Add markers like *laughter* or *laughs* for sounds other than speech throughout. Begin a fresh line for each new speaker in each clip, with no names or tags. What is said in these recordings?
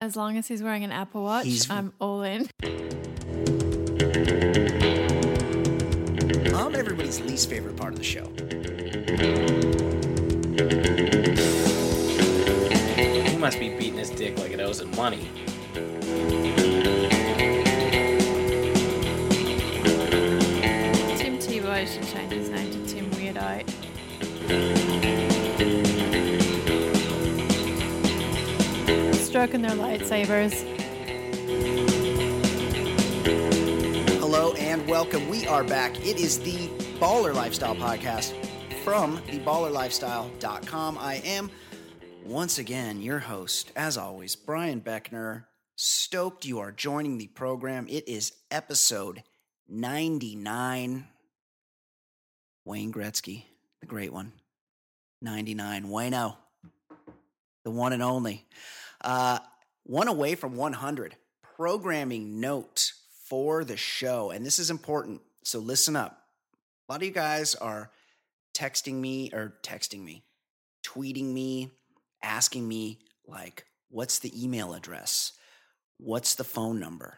As long as he's wearing an Apple Watch,
He's-
I'm all in.
I'm everybody's least favorite part of the show.
He must be beating his dick like it owes him money.
Tim Tebow should change his name to Tim Weirdo. Stroking their lightsabers.
Hello and welcome. We are back. It is the Baller Lifestyle Podcast from theballerlifestyle.com. I am once again your host, as always, Brian Beckner. Stoked you are joining the program. It is episode 99. Wayne Gretzky, the great one. 99. Wayno, the one and only. Uh, one away from 100 programming note for the show and this is important so listen up a lot of you guys are texting me or texting me tweeting me asking me like what's the email address what's the phone number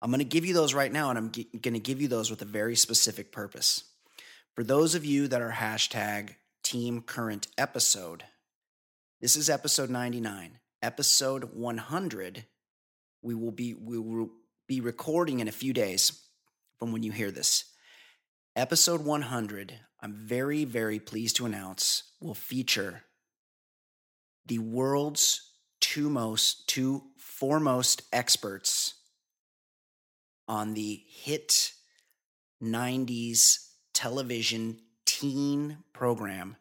i'm going to give you those right now and i'm g- going to give you those with a very specific purpose for those of you that are hashtag team current episode this is episode 99. Episode 100 we will be we will be recording in a few days from when you hear this. Episode 100, I'm very very pleased to announce will feature the world's two most two foremost experts on the hit 90s television teen program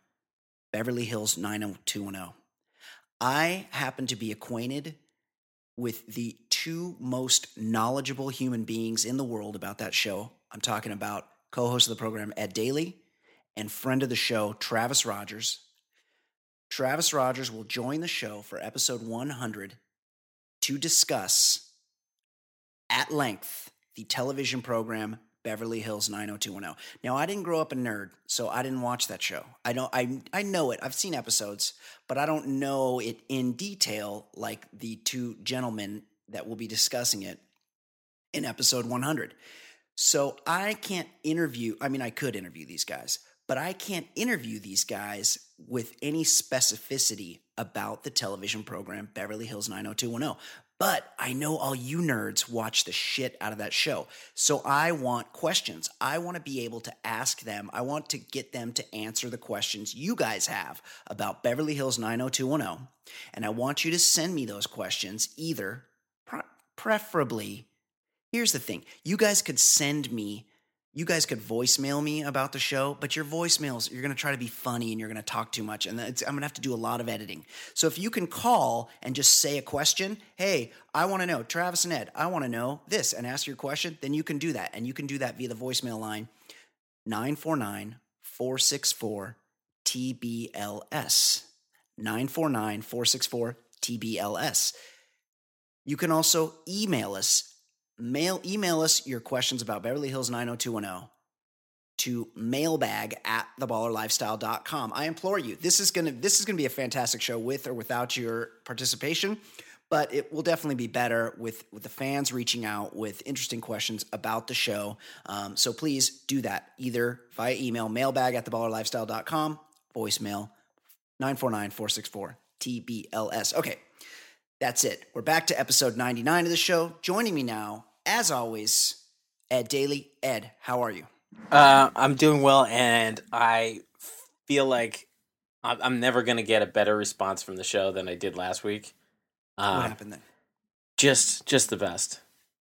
Beverly Hills 90210. I happen to be acquainted with the two most knowledgeable human beings in the world about that show. I'm talking about co host of the program, Ed Daly, and friend of the show, Travis Rogers. Travis Rogers will join the show for episode 100 to discuss at length the television program Beverly Hills 90210. Now, I didn't grow up a nerd, so I didn't watch that show. I don't I I know it. I've seen episodes, but I don't know it in detail like the two gentlemen that will be discussing it in episode 100. So, I can't interview, I mean I could interview these guys, but I can't interview these guys with any specificity about the television program Beverly Hills 90210. But I know all you nerds watch the shit out of that show. So I want questions. I want to be able to ask them. I want to get them to answer the questions you guys have about Beverly Hills 90210. And I want you to send me those questions either, pre- preferably. Here's the thing you guys could send me you guys could voicemail me about the show, but your voicemails, you're going to try to be funny and you're going to talk too much. And it's, I'm going to have to do a lot of editing. So if you can call and just say a question, hey, I want to know, Travis and Ed, I want to know this, and ask your question, then you can do that. And you can do that via the voicemail line 949 464 TBLS. 949 464 TBLS. You can also email us mail email us your questions about Beverly Hills 90210 to mailbag at theballerlifestyle.com. I implore you, this is gonna this is gonna be a fantastic show with or without your participation, but it will definitely be better with with the fans reaching out with interesting questions about the show. Um, so please do that either via email, mailbag at theballerlifestyle.com, voicemail 949-464-TBLS. Okay. That's it. We're back to episode 99 of the show. Joining me now, as always, Ed Daly. Ed, how are you?
Uh, I'm doing well, and I feel like I'm, I'm never going to get a better response from the show than I did last week.
what
Um,
happened then?
just, just the best.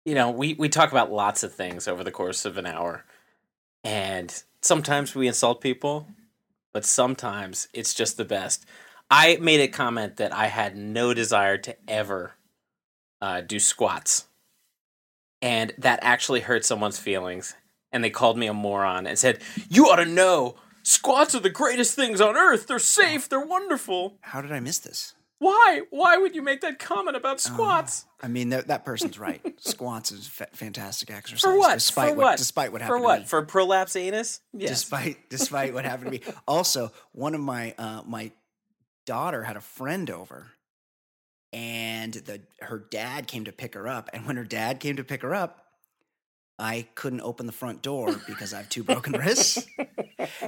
You know, we we talk about lots of things over the course of an hour, and sometimes we insult people, but sometimes it's just the best. I made a comment that I had no desire to ever uh, do squats, and that actually hurt someone's feelings. And they called me a moron and said, "You ought to know, squats are the greatest things on earth. They're safe. They're wonderful.
How did I miss this?
Why? Why would you make that comment about
Ah.
squats?"
Uh, I mean, that, that person's right. *laughs* Squats is fa- fantastic exercise.
For what?
Despite
For what?
Despite what happened
For
to me.
what? For prolapse anus? Yes.
despite *laughs* despite what happened to me. Also, one of my uh, my daughter had a friend over, and the her dad came to pick her up. And when her dad came to pick her up, I couldn't open the front door because I have two broken wrists.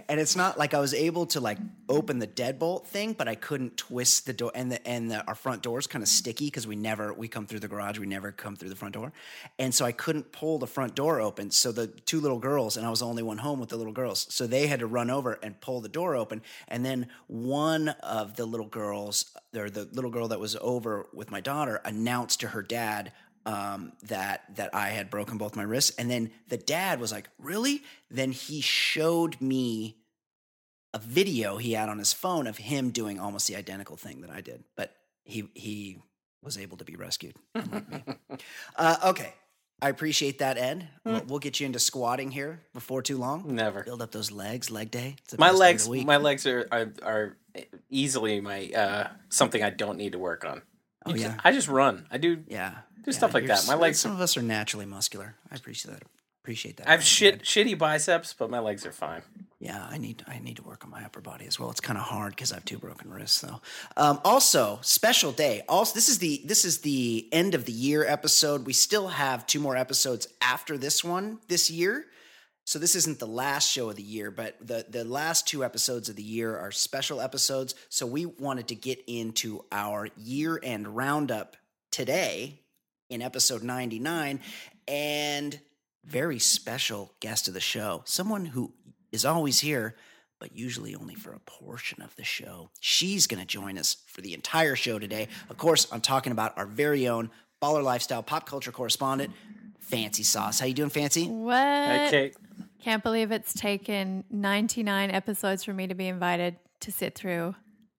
And it's not like I was able to like open the deadbolt thing, but I couldn't twist the door and the and the, our front door is kind of sticky because we never we come through the garage, we never come through the front door. And so I couldn't pull the front door open. So the two little girls and I was the only one home with the little girls. So they had to run over and pull the door open. And then one of the little girls or the little girl that was over with my daughter announced to her dad um, that that I had broken both my wrists, and then the dad was like, "Really?" Then he showed me a video he had on his phone of him doing almost the identical thing that I did, but he he was able to be rescued. unlike me. Uh, okay, I appreciate that, Ed.
Hmm.
We'll, we'll get you into squatting here before too long.
*laughs* Never.
Build up those legs, leg day. It's the
My
best day of
legs,
the week.
my legs are, are are easily my uh something I don't need to work on.
Oh,
You just-
yeah.
I just run. I do
yeah,
do
yeah,
stuff like
you're
that. My
s-
legs
Some
are,
of us are naturally muscular. I appreciate that. Appreciate that.
I have
Ed.
shit shitty biceps, but my legs are fine.
Yeah, I need I need to work on my upper body as well. It's kind of hard because I have two broken wrists though. Um, also, special day. Also, this is the this is the end of the year episode. We still have two more episodes after this one this year. So this isn't the last show of the year, but the the last two episodes of the year are special episodes. So we wanted to get into our year end roundup today in episode 99 and very special guest of the show, someone who is always here, but usually only for a portion of the show. She's going to join us for the entire show today. Of course, I'm talking about our very own baller lifestyle pop culture correspondent, Fancy Sauce. How you doing, Fancy?
What?
Hey, Kate.
Can't believe it's taken 99 episodes for me to be invited to sit through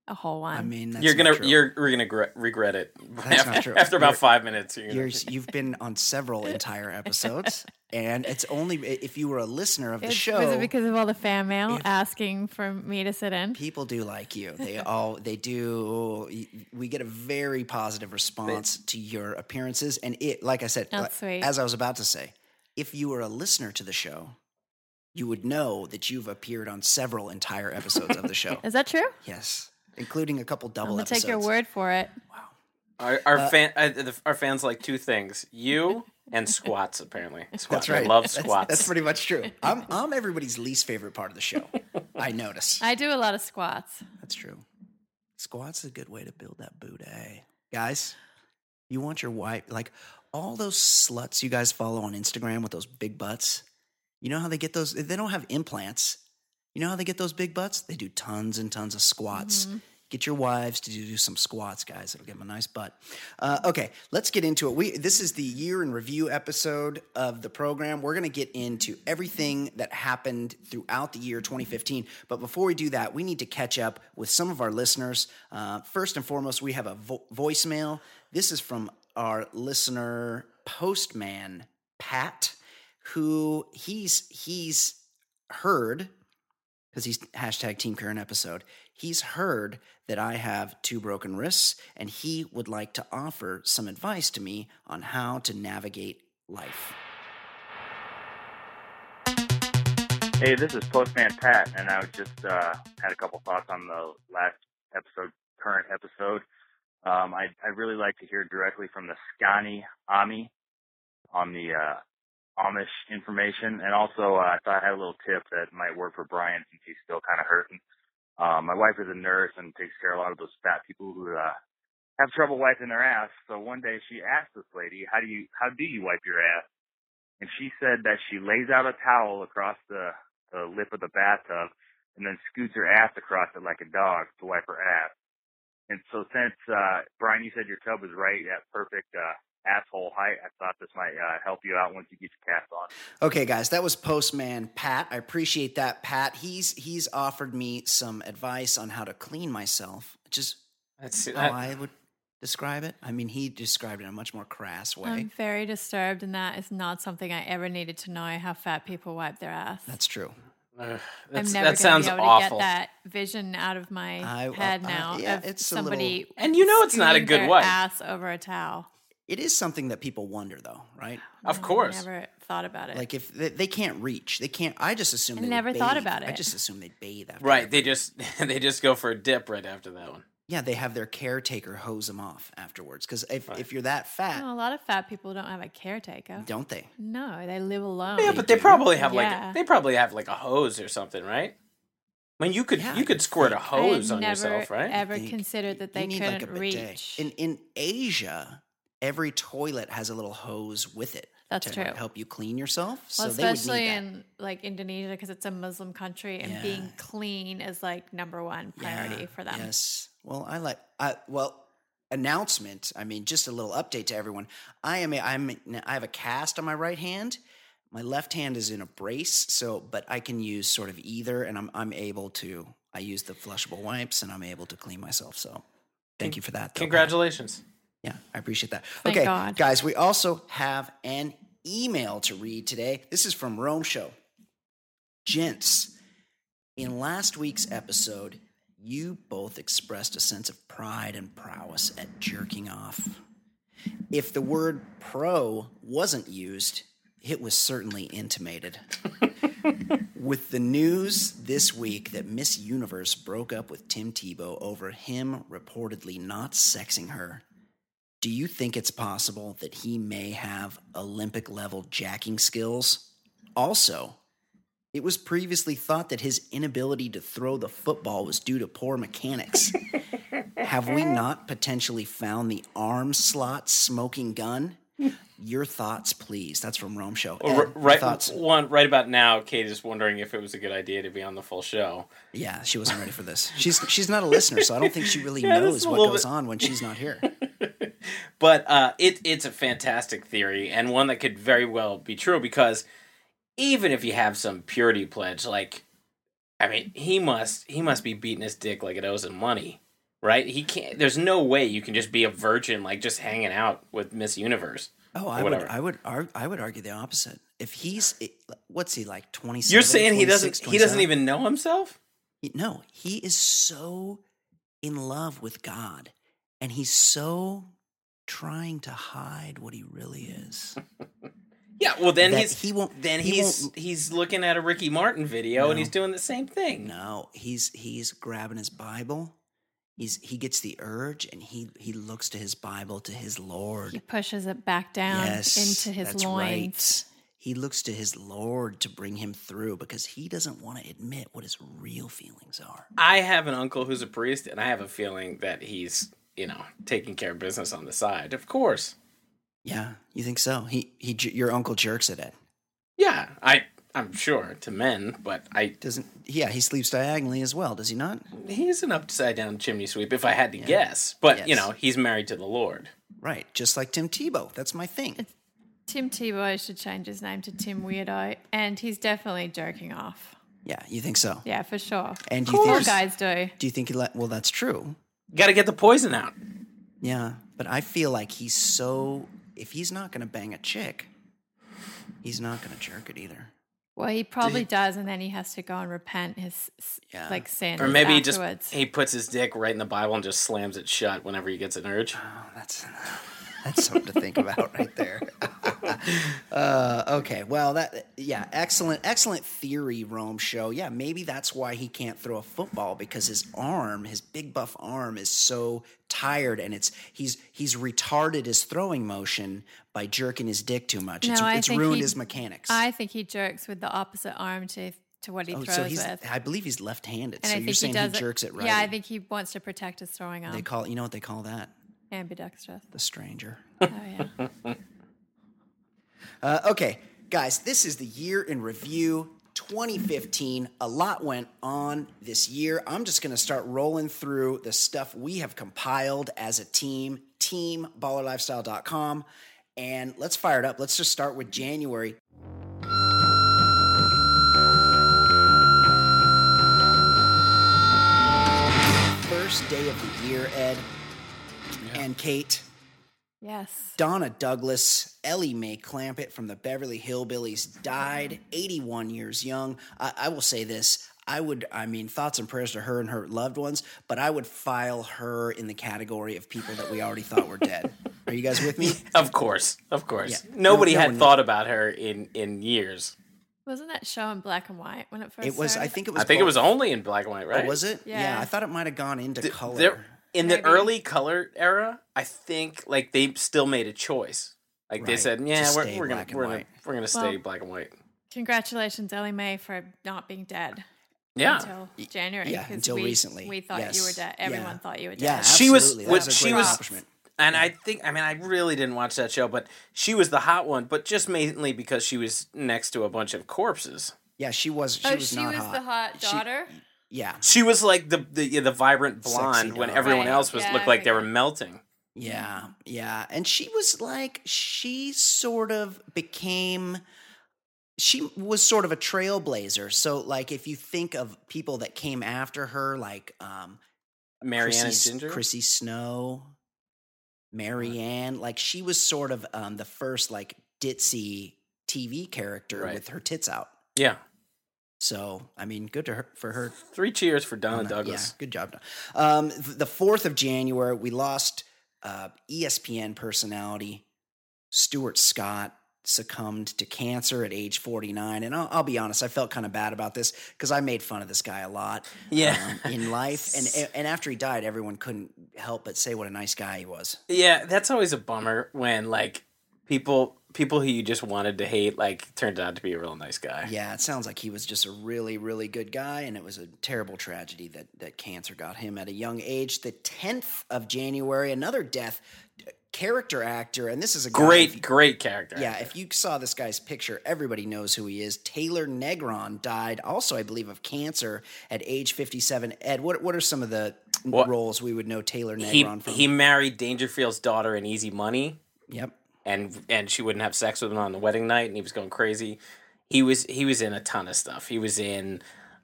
a whole one.
I mean, that's
you're
not
gonna
true.
you're, you're gonna gre- regret it
*laughs*
*laughs*
That's not true.
after about
You're-
five minutes. You're gonna,
You're, you've been on several entire episodes, and it's only if you were a listener of the
It's-
show.
Was it because of all the fan mail asking for me to sit in?
people do like you
*laughs*
they all they do we get a very positive response to your appearances and it like i said
That's
like-
sweet.
as i was about to say if you were a listener to the show you would know that you've appeared on several entire episodes of
*laughs*
the show
Is that true?
yes including a couple
I'm
double
gonna
episodes
take your word for it.
our our, fan, uh, the- our fans like two things: you
*laughs*
and squats. Apparently, squats.
that's right
I love
*laughs* That's-
squats.
that's, pretty much true I'm, I'm everybody's least favorite part of the
*laughs*
show i notice
I do a lot of squats.
That's true. Squats is a good way to build that booty. Guys, you want your wife, like all those sluts you guys follow on Instagram with those big butts. You know how they get those? They don't have implants. You know how they get those big butts? They do tons and tons of squats. Get your wives to do do some squats, guys. It'll give them a nice butt. Uh, okay, let's get into it. We this is the year in review episode of the program. We're going to get into everything that happened throughout the year 2015. But before we do that, we need to catch up with some of our listeners. Uh, first and foremost, we have a vo- voicemail. This is from our listener Postman Pat, who he's he's heard because he's hashtag team current episode he's heard that i have two broken wrists and he would like to offer some advice to me on how to navigate life
Hey, this is Postman Pat, and I was just uh, had a couple thoughts on the last episode, current episode. Um, I I really like to hear directly from the Scani Ami on the uh, Amish information, and also uh, I thought I had a little tip that might work for Brian since he's still kind of hurting. Um, my wife is a nurse and takes care of a lot of those fat people who uh, have trouble wiping their ass. So one day she asked this lady, "How do you how do you wipe your ass?" And she said that she lays out a towel across the the lip of the bathtub and then scoots her ass across it like a dog to wipe her ass. And so since uh Brian you said your tub was right at perfect uh asshole height, I thought this might uh help you out once you get your cast on.
Okay, guys, that was Postman Pat. I appreciate that, Pat. He's he's offered me some advice on how to clean myself, which is
That's-
how
that-
I would describe it. I mean, he described it in a much more crass way.
I'm very disturbed, and that is not something I ever needed to know how fat people wipe their ass.
That's true. Oh,
uh,
I'm
that's-
never
that
going
sounds
to be able
awful.
to get that vision out of my
I-
head
I- I-
now.
yeah,
of
it's a little-
somebody
And you know it's not a
scooting
good
their
wipe.
Ass over a towel.
It is something that people wonder, though, right?
Of
No, I
course.
never thought about it.
Like if they, they can't reach, they can't. I just assume
I
they would
never thought
bathe.
about
I
it.
*laughs*
just assume they bathe after.
Right. They just they just go for a dip right after that one.
yeah, they have their caretaker hose them off afterwards. Because if,
Right.
if you're that fat,
Well, a lot of fat people don't have a caretaker.
don't they?
No, Oh. they live alone.
Yeah, but they probably have
Yeah.
like they probably have like a hose or something, right? I mean, you could
Yeah, I
you could squirt a
I had
hose on
never,
yourself, right?
Ever
think
considered that
you
they
need, like,
couldn't
a bidet.
reach?
In in Asia, every toilet has a little hose with it.
That's
to
true.
like, help you clean yourself.
well,
so they would need
especially
that.
in like Indonesia because it's a Muslim country and
Yeah.
being clean is like number one priority
Yeah,
for them.
Yes. Well, I like. I well announcement. I mean, just a little update to everyone. I am. A, I'm. I have a cast on my right hand. My left hand is in a brace. So, but I can use sort of either, and I'm. I'm able to. I use the flushable wipes, and I'm able to clean myself. So, thank you for that. though, Pat.
Congratulations.
Yeah, I appreciate that.
Thank
okay,
God.
guys, we also have an email to read today. This is from Rome Show. Gents, in last week's episode, you both expressed a sense of pride and prowess at jerking off. If the word pro wasn't used, it was certainly
*laughs*
intimated. with the news this week that Miss Universe broke up with Tim Tebow over him reportedly not sexing her do you think it's possible that he may have Olympic level jacking skills? Also, it was previously thought that his inability to throw the football was due to poor mechanics. have we not potentially found the arm slot smoking gun? Your thoughts, please. That's from Rome Show. Ed,
Well, Oh, r-
your
right
Thoughts.
one right about now, Kate is wondering if it was a good idea to be on the full show.
Yeah, she wasn't ready for this. She's she's not a listener, so I don't think she
*laughs*
really
Yeah, this is
knows
a
what
little
goes
bit-
on when she's not here.
But uh, it it's a fantastic theory and one that could very well be true because even if you have some purity pledge, like I mean, he must he must be beating his dick like it owes him money, right? He can't. There's no way you can just be a virgin like just hanging out with Miss Universe.
Oh, I would,
whatever.
I would, ar- I would argue the opposite. If he's, eh, what's he like? Twenty.
You're saying he doesn't he doesn't even know himself?
No, he is so in love with God, and he's so trying to hide what he really is.
*laughs* Yeah. Well, then
That
he's
he won't-
Then
he
he's
won't-
he's looking at a Ricky Martin video
No.
and he's doing the same thing.
No, he's he's grabbing his Bible. He's he gets the urge, and he he looks to his Bible to his Lord.
He pushes it back down into his
that's
loins.
Right. He looks to his Lord to bring him through because he doesn't want to admit what his real feelings are.
I have an uncle who's a priest, and I have a feeling that he's, you know, taking care of business on the side. Of course.
Yeah, you think so? He he, j- your uncle jerks at it.
Yeah, I I'm sure to men, but I
Doesn't? Yeah, he sleeps diagonally as well. Does he not?
he's an upside down chimney sweep if I had to guess. But you
Yes.
know, he's married to the Lord.
Right, just like Tim Tebow. That's my thing.
Tim Tebow should change his name to Tim Weirdo, and he's definitely jerking off.
Yeah, you think so?
Yeah, for sure.
And do you
All
think?
guys do.
Do you think he let? Well, that's true.
Got to get the poison out.
Yeah, but I feel like he's so. If he's not going to bang a chick, he's not going to jerk it either.
Well, he probably does, and then he has to go and repent his s-
Yeah.
like sins.
Or maybe he just
afterwards.
he puts his dick right in the Bible and just slams it shut whenever he gets an urge.
Oh, that's that's something to think about right there. *laughs* uh, okay, well that yeah, excellent excellent theory, Rome show. Yeah, maybe that's why he can't throw a football because his arm, his big buff arm, is so tired and it's he's he's retarded his throwing motion by jerking his dick too much. it's
No, I
it's
think
ruined
he-
his mechanics.
I think he jerks with the opposite arm to to what he
oh,
throws
so he's
with.
I believe he's left-handed.
And
so
I
you're
think he
saying he,
does
jerks it right.
Yeah, I think he wants to protect his throwing arm.
they call you know what they call that?
Ambidextrous.
The stranger.
Oh
*laughs*
yeah.
Uh, okay, guys, this is the year in review 2015. A lot went on this year. I'm just going to start rolling through the stuff we have compiled as a team, teamballerlifestyle.com. And let's fire it up. Let's just start with January. First day of the year, Ed and Kate.
yes.
Donna Douglas, Ellie Mae Clampett from the Beverly Hillbillies died 81 years young. I, I will say this. I would, I mean, thoughts and prayers to her and her loved ones, but I would file her in the category of people that we already thought were dead. Are you guys
*laughs*
with me?
Of course, of course.
Yeah.
Nobody
No- no
had
one-
thought about her in in years.
Wasn't that show in black and white when it first?
It was, I
started?
think it was.
I think it was
both-
only in black and white, right?
Oh, was it? Yeah.
Yeah.
I thought it might have gone into color.
There, in
Maybe.
the early color era, I think like they still made a choice. Like they
Right,
said,
to
yeah,
stay
we're, we're gonna
black and
we're gonna,
white.
we're gonna stay
Well,
black and white.
Congratulations, Ellie Mae, for not being dead.
Yeah,
Until January.
yeah,
'cause
until
we,
recently.
We thought you
Yes.
were dead.
Yeah.
Everyone thought you were dead.
Yeah,
She was-
absolutely. That
what-
a
she
great
was-
accomplishment.
and I think I mean I really didn't watch that show, but she was the hot one, but just mainly because she was next to a bunch of corpses.
Yeah, she was. She
oh,
was
she
not
was
hot.
the hot
She-
daughter.
yeah,
She was like the the, yeah, the vibrant
Sexy
blonde when
dog.
everyone
Right,
else was
yeah, I
looked like they were
think-
melting.
yeah, yeah. And she was like, she sort of became. She was sort of a trailblazer. So, like, if you think of people that came after her, like um,
Marianne and
Chrissy,
Ginger. Uh-huh.
Chrissy Snow, Marianne, like she was sort of um, the first like ditzy TV character
Right.
with her tits out.
Yeah,
So, I mean, good to her for her
three cheers for
on
Donna
that.
Uh, Douglas.
Yeah, good job. Don. Um, th- the fourth of January, we lost uh, ESPN personality Stuart Scott succumbed to cancer at age 49 and I'll, I'll be honest I felt kind of bad about this because I made fun of this guy a lot
*laughs* Yeah.
um, in life
*laughs*
and and after he died everyone couldn't help but say what a nice guy he was
Yeah, that's always a bummer when like people people who you just wanted to hate like turned out to be a real nice guy.
yeah it sounds like he was just a really really good guy and it was a terrible tragedy that that cancer got him at a young age the 10th of January another death character actor and this is a guy-
Great, great character.
Yeah, if you saw this guy's picture, everybody knows who he is. Taylor Negron died also, I believe, of cancer at age 57. Ed, what what are some of the
Well,
roles we would know Taylor
he
Negron from?
he married Dangerfield's daughter in Easy Money,
yep.
and and she wouldn't have sex with him on the wedding night, and he was going crazy. He was he was in a ton of stuff. He was in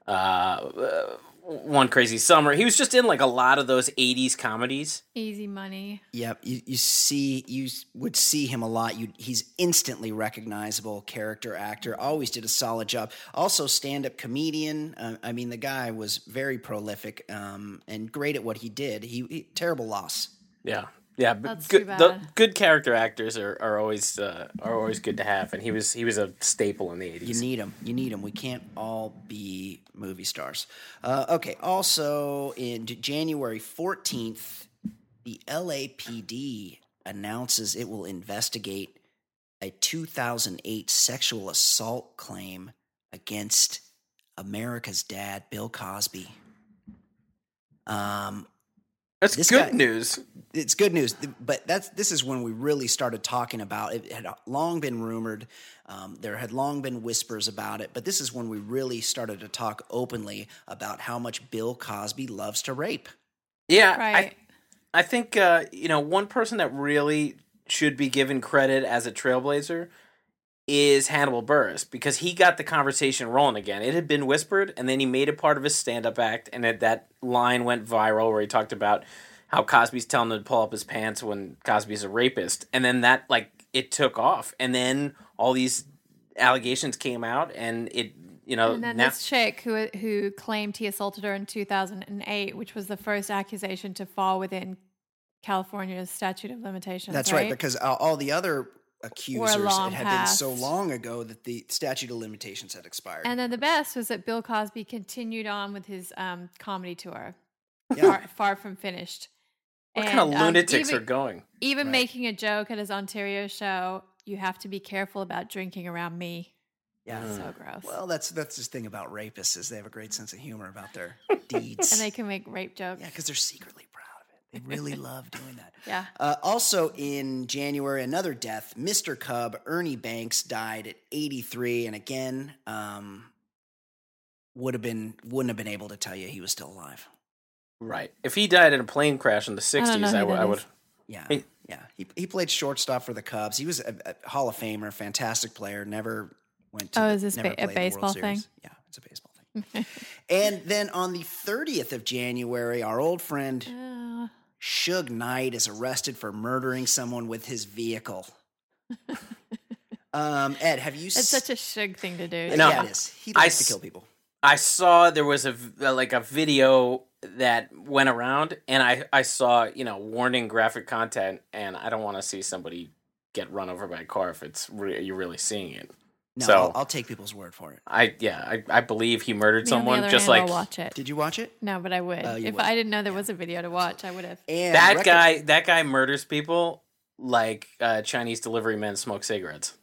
uh, uh, One Crazy Summer. He was just in like a lot of those '80s comedies.
Easy money.
Yep. You, you see you s- would see him a lot. You he's instantly recognizable character actor. Always did a solid job. Also stand-up comedian. Uh, I mean, the guy was very prolific um, and great at what he did. He, he terrible loss.
Yeah, yeah, but
That's
good,
too
the
bad.
good character actors are, are always uh, are always good to have, and he was he was a staple in the
You
eighties.
need them. You need them. We can't all be movie stars. Uh, okay. Also, in J- January 14th, the LAPD announces it will investigate a 2008 sexual assault claim against America's dad, Bill Cosby. Um,
That's
This
good
guy-
news.
it's good news, th- but that's this is when we really started talking about it. It had long been rumored, um, there had long been whispers about it, but this is when we really started to talk openly about how much Bill Cosby loves to rape.
Yeah, I,
Right.
I think uh, you know one person that really should be given credit as a trailblazer is Hannibal Burris because he got the conversation rolling again. It had been whispered, and then he made it part of his stand-up act, and it, that line went viral where he talked about how Cosby's telling him to pull up his pants when Cosby's a rapist, and then that like it took off, and then all these allegations came out, and it you know
and then
now-
this chick who who claimed he assaulted her in 2008, which was the first accusation to fall within California's statute of limitations.
That's right, because uh, all the other accusers
long
it had been so
past.
long ago that the statute of limitations had expired.
and then the best was that Bill Cosby continued on with his um, comedy tour,
*laughs*
yeah,
far, far from finished.
what kind of
um,
lunatics
even,
are going?
Even
Right.
making a joke at his Ontario show, you have to be careful about drinking around me.
Mm.
yeah.
So gross.
Well, that's that's the thing about rapists is they have a great sense of humor about their
*laughs*
deeds.
and they can make rape jokes.
yeah, because they're secretly proud of it. They really love doing that.
yeah.
Uh, also in January, another death. Mr. Cub, Ernie Banks, died at 83, and again, um, would have been wouldn't have been able to tell you he was still alive.
Right. If he died in a plane crash in the
know
sixties,
who
I, w-
that
I
is.
would.
Yeah,
Hey.
yeah. He he played shortstop for the Cubs. He was a, a Hall of Famer, fantastic player. Never went to.
Oh,
the-
is this
never
ba- a
played the World
baseball
Series.
thing?
Yeah, it's a baseball thing. and then on the 30th of January, our old friend
Uh,
Suge Knight is arrested for murdering someone with his vehicle. um, Ed, have you?
it's such a shug thing to do.
You know,
yeah, it is. He
I
likes
s-
to kill people.
I saw there was a v- uh, like a video that went around, and I I saw you know warning graphic content, and I don't want to see somebody get run over by a car if it's re- you're really seeing it.
No,
So-
I'll, I'll take people's word for it.
I yeah, I, I believe he murdered
Me on the
someone
other
just
hand,
like
I'll watch it.
Did you watch it?
No, but I would.
Oh, you
if
would.
I didn't know there was a video to watch, I would have.
And
that
record-
guy that guy murders people like uh, Chinese delivery men smoke cigarettes.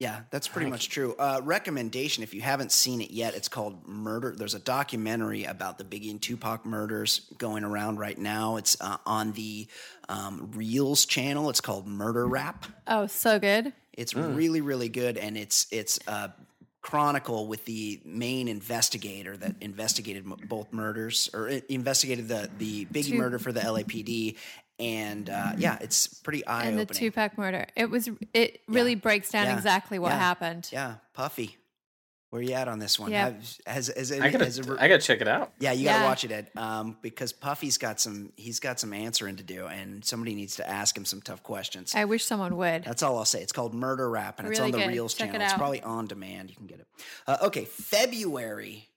Yeah, that's pretty much true. Uh, recommendation if you haven't seen it yet, it's called Murder. There's a documentary about the Biggie and Tupac murders going around right now. It's uh, on the um, Reels channel. It's called Murder Rap.
Oh, so good.
It's
Hmm.
really, really good, and it's it's a chronicle with the main investigator that investigated m- both murders or i- investigated the the Biggie
Two- Mm-hmm.
murder for the LAPD, and uh, yeah, it's pretty eye
And the
opening.
Tupac murder. It was. It really breaks down
Yeah.
exactly what
Yeah.
happened.
yeah, Puffy, where you at on this one?
Yeah.
Have- Has has, any-
I gotta
has a re-
I gotta check it out.
yeah, you gotta
Yeah.
watch it, Ed, um, because Puffy's got some he's got some answering to do, and somebody needs to ask him some tough questions.
I wish someone would.
That's all I'll say. It's called Murder Rap, and it's
Really
on the
good.
Reels
Check it
channel. It's
out.
probably on demand. You can get it. Uh, okay, February,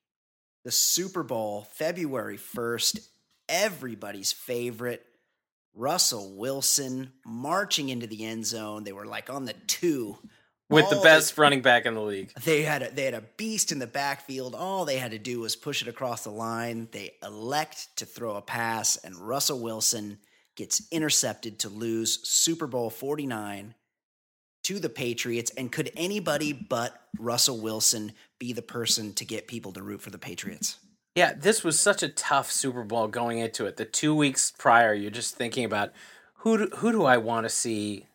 the Super Bowl, February first. Everybody's favorite, Russell Wilson, marching into the end zone. They were like on the two.
With
All
the
they-
best running back in the league.
they had a, they had a beast in the backfield. All they had to do was push it across the line. They elect to throw a pass, and Russell Wilson gets intercepted to lose Super Bowl forty nine to the Patriots. And could anybody but Russell Wilson be the person to get people to root for the Patriots?
Yeah, this was such a tough Super Bowl going into it. The two weeks prior, you're just thinking about who do, who do I want to see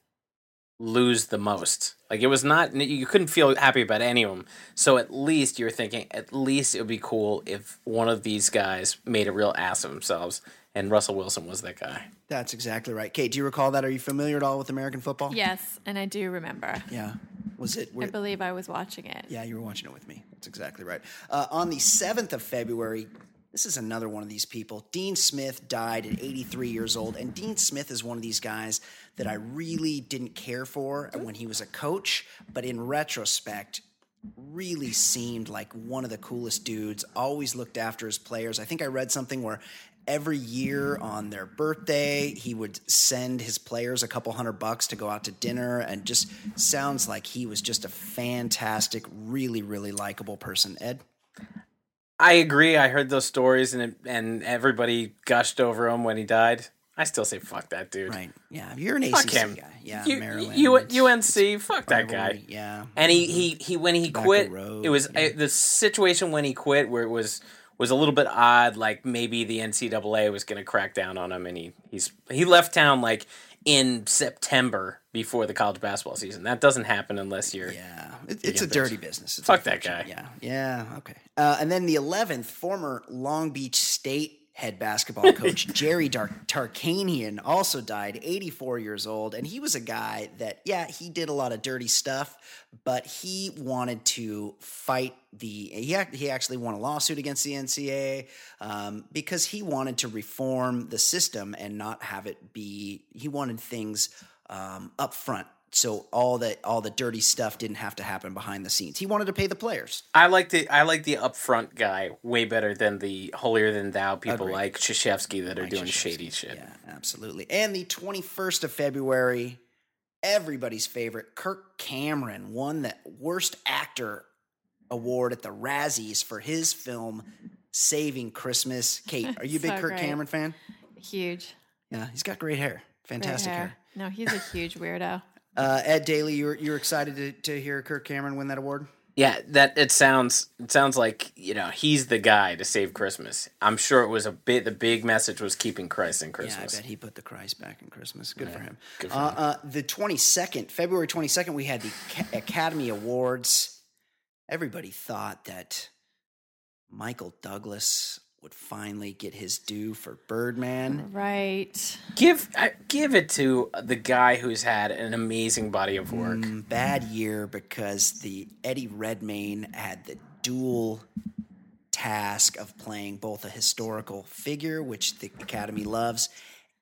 lose the most. Like it was not you couldn't feel happy about any of them. So at least you're thinking at least it would be cool if one of these guys made a real ass of themselves, and Russell Wilson was that guy.
That's exactly right. Kate, do you recall that? Are you familiar at all with American football?
Yes, and I do remember.
Yeah. Was it?
I
were-
believe I was watching it.
Yeah, you were watching it with me. That's exactly right. Uh, on the 7th of February, this is another one of these people. Dean Smith died at 83 years old. And Dean Smith is one of these guys that I really didn't care for when he was a coach, but in retrospect, really seemed like one of the coolest dudes, always looked after his players. I think I read something where every year on their birthday, he would send his players a couple hundred bucks to go out to dinner and just sounds like he was just a fantastic, really, really likable person. Ed?
I agree. I heard those stories, and it, and everybody gushed over him when he died. I still say fuck that dude.
Right. Yeah. You're an ACC
Fuck him.
guy. Yeah.
you,
Maryland.
you,
it's
UNC. Fuck that
rivalry.
guy.
Yeah.
And he, he, he when he
Tobacco
quit,
Road,
it was
yeah.
uh, the situation when he quit where it was was a little bit odd. Like maybe the NCAA was going to crack down on him, and he he's he left town like in September before the college basketball season. That doesn't happen unless you're
Yeah, it, it's a
Yankees.
dirty business. It's
Fuck that
unfortunate.
guy.
Yeah, yeah, okay. Uh, and then the eleventh, former Long Beach State head
*laughs*
basketball coach Jerry Dar- Tarkanian also died, eighty-four years old, and he was a guy that, yeah, he did a lot of dirty stuff, but he wanted to fight the. He ac- he actually won a lawsuit against the NCAA um, because he wanted to reform the system and not have it be. He wanted things um, up front. So all the all the dirty stuff didn't have to happen behind the scenes. He wanted to pay the players.
I like the I like the upfront guy way better than the holier than thou people
Agreed.
like Krzyzewski that are
Mike
doing
Krzyzewski.
shady shit.
Yeah, absolutely. And the 21st of February, everybody's favorite, Kirk Cameron won the Worst Actor award at the Razzies for his film Saving Christmas. Kate,
*laughs*
are you a big
So
Kirk
great.
Cameron fan?
Huge.
Yeah, he's got great hair.
Great
Fantastic hair.
hair. No, he's a huge
*laughs*
weirdo.
Uh, Ed Daly, you're you're excited to, to hear Kirk Cameron win that award?
Yeah, that it sounds it sounds like you know he's the guy to save Christmas. I'm sure it was a bit. The big message was keeping Christ in Christmas.
Yeah, I bet he put the Christ back in Christmas. Good for him.
good for
uh, Uh, the 22nd, February 22nd, we had the Ca- Academy Awards. Everybody thought that Michael Douglas would finally get his due for Birdman.
Right.
give I, give it to the guy who's had an amazing body of work.
Mm, bad year because the Eddie Redmayne had the dual task of playing both a historical figure, which the Academy loves,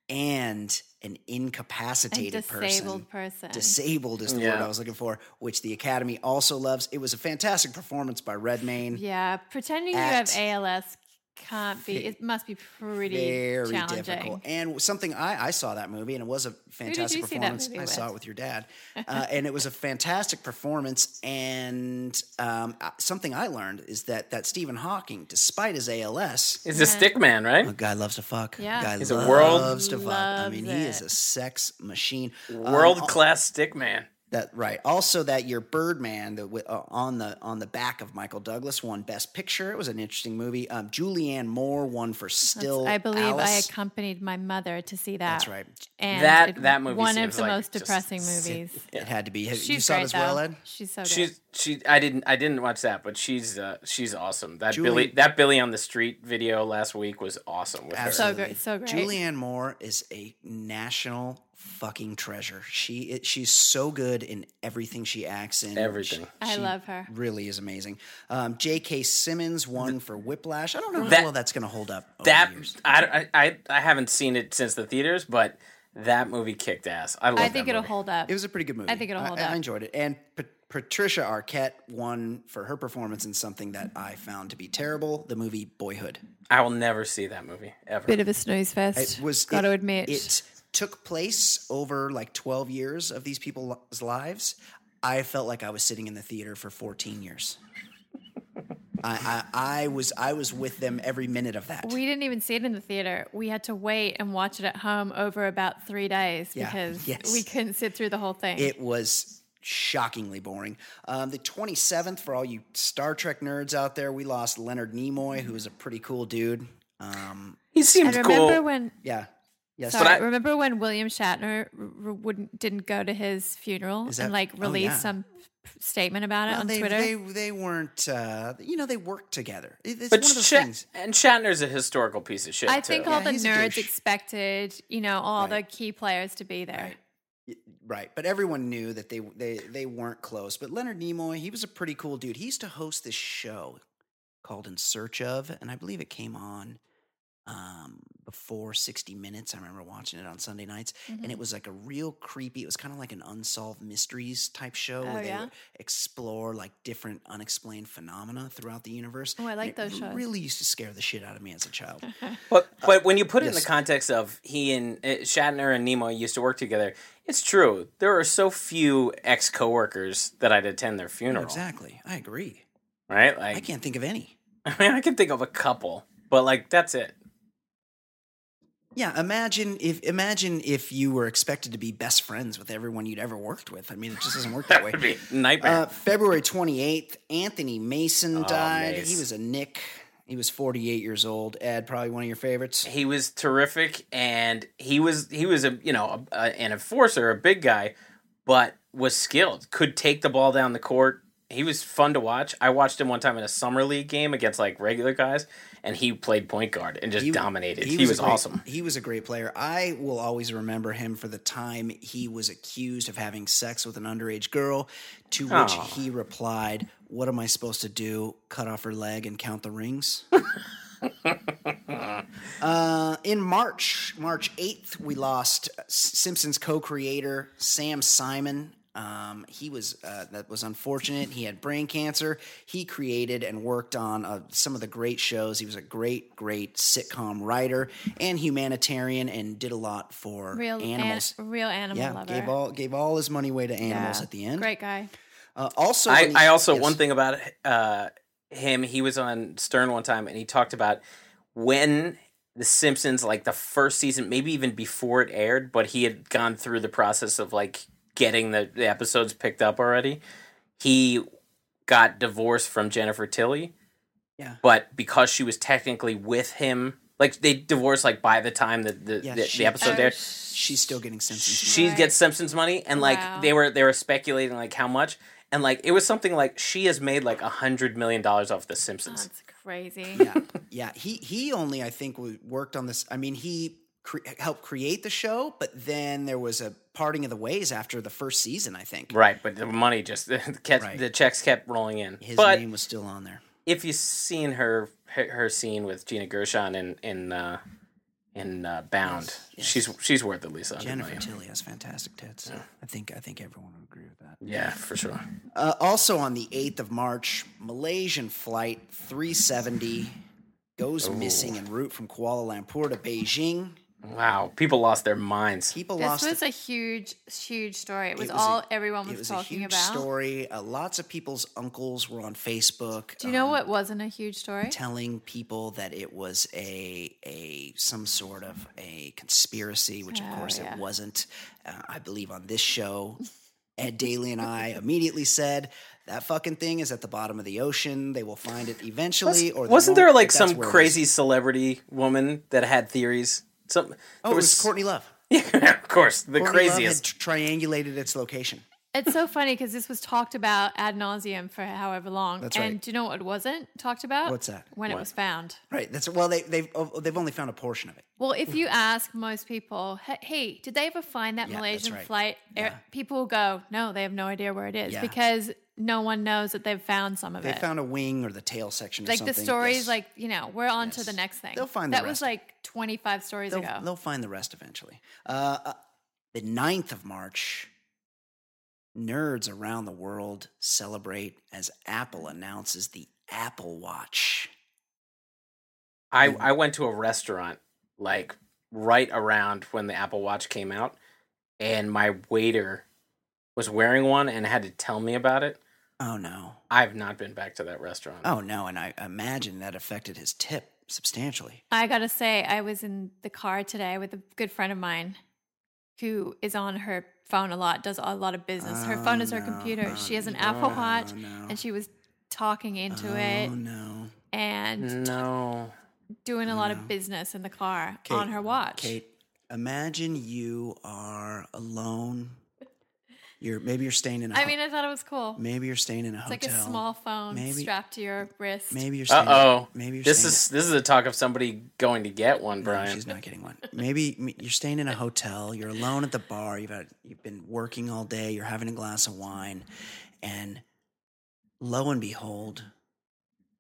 and an
A
incapacitated person.
disabled person.
Disabled is the word
Yeah.
I was looking for, which the Academy also loves. It was a fantastic performance by Redmayne.
yeah. Pretending
At-
you have ALS can't be. It must be pretty
very
challenging.
difficult. And something I, I saw that movie, and it was a fantastic
you see that
performance.
movie
I
with?
saw it with
*laughs*
your dad, uh, and it was a fantastic performance. And um, uh, something I learned is that that Stephen Hawking, despite his ALS,
He's a stick man,
a
right?
guy loves to fuck.
Yeah.
guy
He's a
loves
world-
to fuck. I mean, he
Loves
is
it.
a sex machine. Um,
World class stick man.
that right. Also, that your Birdman the, wi- uh, on the on the back of Michael Douglas won Best Picture. It was an interesting movie. Um, Julianne Moore won for Still.
I believe
Alice.
I accompanied my mother to see that.
That's right.
And
That-
it-
that movie
one
seems
of the
like
most
just
depressing
sit-
movies.
It had to be. Have-
She's
you saw
great
it as well,
though.
Ed?
She's so good.
She's she I didn't I didn't watch that, but she's uh she's awesome. That
Julie-
Billy that Billy on the street video last week was awesome with her.
So great, so great.
Julianne Moore is a national fucking treasure. She is, she's so good in everything she acts in.
Everything.
She-
I
she
love her.
Really is amazing. Um, J.K. Simmons won for Whiplash. I don't know
That-
how well that's going to hold up. over
That
the years.
I, I I I haven't seen it since the theaters, but that movie kicked ass. I love
I think
that
it'll
movie.
hold up.
It was a pretty good movie.
I think it'll hold
I,
up.
I enjoyed it. And Pat- Patricia Arquette won for her performance in something that I found to be terrible: the movie Boyhood.
I will never see that movie ever.
Bit of a snooze fest.
It was
got to
it-
admit.
it took place over like 12 years of these people's lives. I felt like I was sitting in the theater for 14 years. I, I I was I was with them every minute of that.
we didn't even see it in the theater. We had to wait and watch it at home over about three days
Yeah,
because
yes.
we couldn't sit through the whole thing.
It was shockingly boring. Um, the 27th, for all you Star Trek nerds out there, we lost Leonard Nimoy, who was a pretty cool dude. Um,
He
and
seems cool.
remember when
yeah. Yes.
Sorry,
I-
remember when William Shatner r- r- wouldn't didn't go to his funeral
Is that-
and like
oh,
released
yeah.
some p- statement about it
Well,
on
they,
Twitter?
they they weren't uh, you know they worked together. It- It's
but
one of those
Sha-
things.
and Shatner's a historical piece of shit.
I think
too.
all
Yeah,
the
he's a
nerds
douche.
expected, you know, all
Right.
the key players to be there.
Right, but everyone knew that they they they weren't close. But Leonard Nimoy, he was a pretty cool dude. He used to host this show called In Search of, and I believe it came on um, before 60 Minutes. I remember watching it on Sunday nights,
Mm-hmm.
and it was like a real creepy. It was kind of like an unsolved mysteries type show
Oh,
where they
yeah?
would explore like different unexplained phenomena throughout the universe.
Oh, I
and
like
it
those shows.
Really used to scare the shit out of me as a child.
But but when you put it in
Uh, yes.
the context of he and uh, Shatner and Nemo used to work together, it's true. There are so few ex coworkers that I'd attend their funeral.
exactly, I agree.
Right? Like
I can't think of any.
*laughs* I mean, I can think of a couple, but like that's it.
Yeah, imagine if imagine if you were expected to be best friends with everyone you'd ever worked with. I mean, it just doesn't work that
*laughs* That
way.
would be a nightmare.
Uh, February twenty eighth, Anthony Mason
Oh,
died.
Mace.
He was a Nick. He was forty eight years old. Ed, probably one of your favorites.
he was terrific, and he was he was a you know a, a, an enforcer, a big guy, but was skilled. Could take the ball down the court. He was fun to watch. I watched him one time in a summer league game against like regular guys, and he played point guard and just dominated. He, was,
a great-
awesome.
He was a great player. I will always remember him for the time he was accused of having sex with an underage girl, to which
Oh.
he replied, "What am I supposed to do? Cut off her leg and count the rings?" uh, in March, March eighth, we lost Simpsons co-creator Sam Simon. Um, he was uh, that was unfortunate. He had brain cancer. He created and worked on uh, some of the great shows. He was a great, great sitcom writer and humanitarian, and did a lot for
*laughs* Real an-
animals.
real animal
yeah,
lover.
gave all gave all his money away to animals
Yeah.
at the end.
Great guy.
Uh, also,
I,
when he-
I also
yes.
one thing about uh, him. He was on Stern one time, and he talked about when the Simpsons, like the first season, maybe even before it aired, but he had gone through the process of like getting the, the episodes picked up already. He got divorced from Jennifer Tilly,
Yeah.
but because she was technically with him, like they divorced like by the time that the,
Yeah,
the,
she-
the episode aired
Oh, she's still getting Simpsons.
she
Right.
gets Simpsons money, and like
Wow.
they were they were speculating like how much, and like it was something like she has made like a hundred million dollars off the Simpsons.
That's crazy. *laughs*
*laughs* yeah, yeah. He he only I think w- worked on this. I mean, he cre- helped create the show, but then there was a parting of the ways after the first season. I think
Right, but the money just *laughs* the, kept,
Right.
the checks kept rolling in.
his
but
name was still on there.
if you've seen her her, her scene with Gina Gershon in in uh, in uh, Bound, she's she's worth at least a hundred
Jennifer
million.
Tilly has fantastic tits. I think I think everyone would agree with that.
Yeah, for sure.
Uh, also on the eighth of March, Malaysian flight three seventy goes
Oh.
missing en route from Kuala Lumpur to Beijing.
Wow, people lost their minds.
People
This
lost
was a huge, huge story. It was,
was a-
all everyone was,
it was a
talking
huge
about.
story. Uh, lots of people's uncles were on Facebook.
Do you know what wasn't a huge story?
telling people that it was a a some sort of a conspiracy, which of
Oh,
course
yeah.
it wasn't. Uh, I believe on this show, Ed Daly and I immediately said that fucking thing is at the bottom of the ocean. They will find it eventually. or they
Wasn't
won't,
there
but
like
that's
some
where it is."
crazy celebrity woman that had theories? Some
Oh,
there
it was Courtney Love.
Yeah, *laughs* of course, the
Courtney
craziest.
Love had tr- triangulated its location.
It's so funny because this was talked about ad nauseum for however long.
That's
and
right.
do you know what wasn't talked about?
What's that?
When it was found.
Right. That's well. They they've oh, they've only found a portion of it.
Well, if you ask most people, "Hey- hey, did they ever find that
Yeah, that's
Malaysian
right.
flight? Air- People will go, no, they have no idea where it is
Yeah.
because no one knows that they've found some of
They
it.
found a wing or the tail section. Or
like the
something.
stories,
Yes.
like you know, we're on to
Yes.
the next thing.
They'll find the
that was
rest.
like twenty five stories
they'll,
ago.
they'll find the rest eventually. Uh, uh, the 9th of March, nerds around the world celebrate as Apple announces the Apple Watch.
I I went to a restaurant like right around when the Apple Watch came out, and my waiter was wearing one and had to tell me about it.
Oh no.
I've not been back to that restaurant.
Oh no. And I imagine that affected his tip substantially.
I gotta say, I was in the car today with a good friend of mine who is on her phone a lot, does a lot of business. Her phone
Oh,
is her
no.
computer.
Oh,
she has an Apple
no.
Watch,
Oh, no.
and she was talking into
oh,
it
no. Oh,
and
No.
doing a lot of business in the car on her watch.
Kate, imagine you are alone. You're maybe you're staying in a
I
ho-
mean, I thought it was cool.
maybe you're staying in a
it's
hotel.
like a small phone
Maybe-
strapped to your wrist.
Maybe you're
Uh
staying.
oh.
Maybe you're
This
staying-
is this is the talk of somebody going to get one,
No,
Brian.
she's not getting one. Maybe m- you're staying in a hotel. You're alone at the bar. You've had, you've been working all day. You're having a glass of wine, and lo and behold,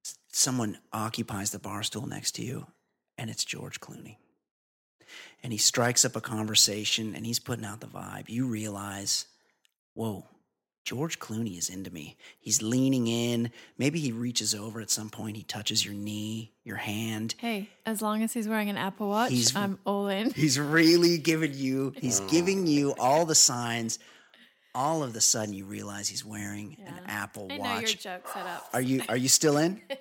s- someone occupies the bar stool next to you, and it's George Clooney. And he strikes up a conversation, and he's putting out the vibe. You realize, whoa. George Clooney is into me. He's leaning in. Maybe he reaches over at some point. He touches your knee, your hand.
hey, as long as he's wearing an Apple Watch,
He's-
I'm all in.
He's really giving you, he's
Oh.
giving you all the signs. All of the sudden you realize he's wearing an
Yeah.
Apple
*laughs* I know your
watch.
joke set up.
Are you are you still in?
*laughs*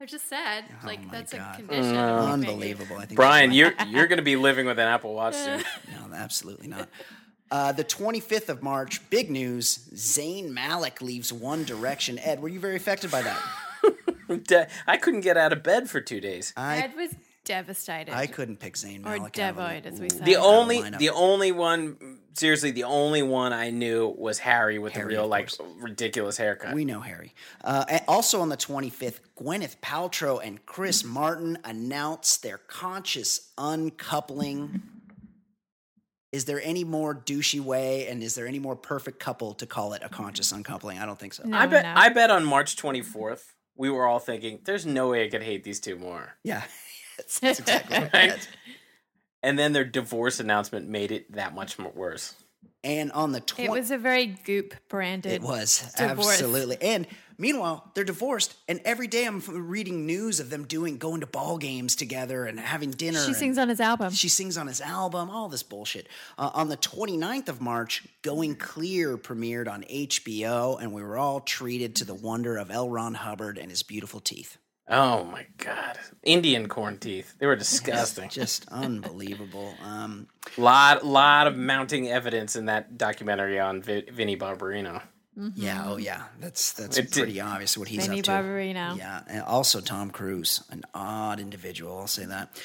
I just said,
Oh
like,
my
that's
God.
a condition.
No.
of making-
Unbelievable. I think
Brian,
that's
you're you're gonna be living with an Apple Watch
*laughs*
soon. *laughs*
right. No, absolutely not. Uh, the 25th of March, big news. Zayn Malik leaves One Direction. Ed, were you very affected
*laughs*
by that?
De- I couldn't get out of bed for two days.
I
Ed was devastated.
I couldn't pick Zayn
or
Malik. out of
devoid,
the-
as we said.
The only
lineup.
the only one seriously the only one I knew was Harry with
Harry,
the real
of
like ridiculous haircut.
We know Harry. Uh, and also on the 25th, Gwyneth Paltrow and Chris Martin announced their conscious uncoupling. Is there any more douchey way and is there any more perfect couple to call it a conscious uncoupling? I don't think so.
no,
I bet
no.
I bet on March 24th we were all thinking there's no way I could hate these two more.
Yeah. *laughs*
*laughs*
that's, that's exactly what
Right?
it is.
And then their divorce announcement made it that much mo- worse.
And on the 20th.
it was a very goop branded.
It was
divorce.
absolutely. And meanwhile, they're divorced, and every day I'm f- reading news of them doing going to ball games together and having dinner.
She
and-
sings on his album.
She sings on his album, all this bullshit. Uh, on the 29th of March, Going Clear premiered on HBO, and we were all treated to the wonder of L. Ron Hubbard and his beautiful teeth.
Oh my god. Indian corn teeth.
*laughs*
They were disgusting.
Just unbelievable. Um,
lot lot of mounting evidence in that documentary on Vin- Vinnie Barbarino.
Yeah, oh yeah, that's that's
It did-
pretty obvious what he's
Vinnie
up to.
Barbarino.
Yeah, and also Tom Cruise, an odd individual. I'll say that.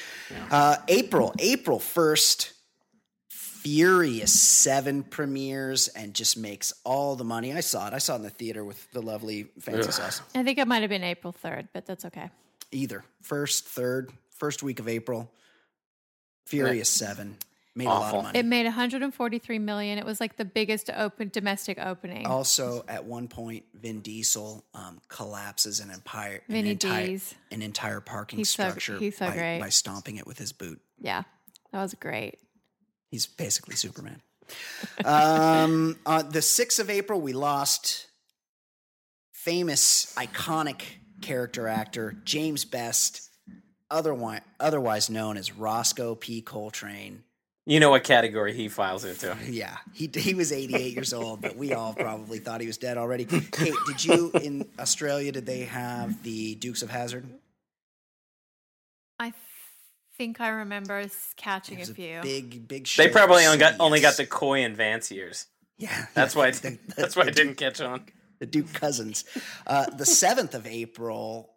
Uh, April, April first, Furious Seven premieres and just makes all the money. I saw it. I saw it in the theater with the lovely fancy sauce.
I think it might have been April 3rd, but that's okay.
Either first, third, first week of April, Furious Seven made a lot
Awful.
of money.
It made 143 million. It was like the biggest open domestic opening.
Oh, Also, at one point, Vin Diesel um, collapses an entire an
Vinny
entire,
D's.
an entire parking
He's so-
structure
he's so
by,
great.
by stomping it with his boot.
Yeah, that was great.
He's basically Superman. um, on the sixth of April, we lost famous, iconic character actor James Best. otherwise otherwise known as Roscoe P. Coltrane.
You know what category he files into.
Yeah, he he was 88 years old, but we all probably thought he was dead already. Kate, did you in Australia? Did they have the Dukes of Hazard?
I th- think I remember s- catching a few.
Big big. show
They
for
probably only got
cities.
only got the Coy and Vance years.
Yeah,
That's
yeah, *laughs*
why I,
the- the-
that's why I
the
didn't catch on.
the Duke Cousins. Uh, the seventh of April,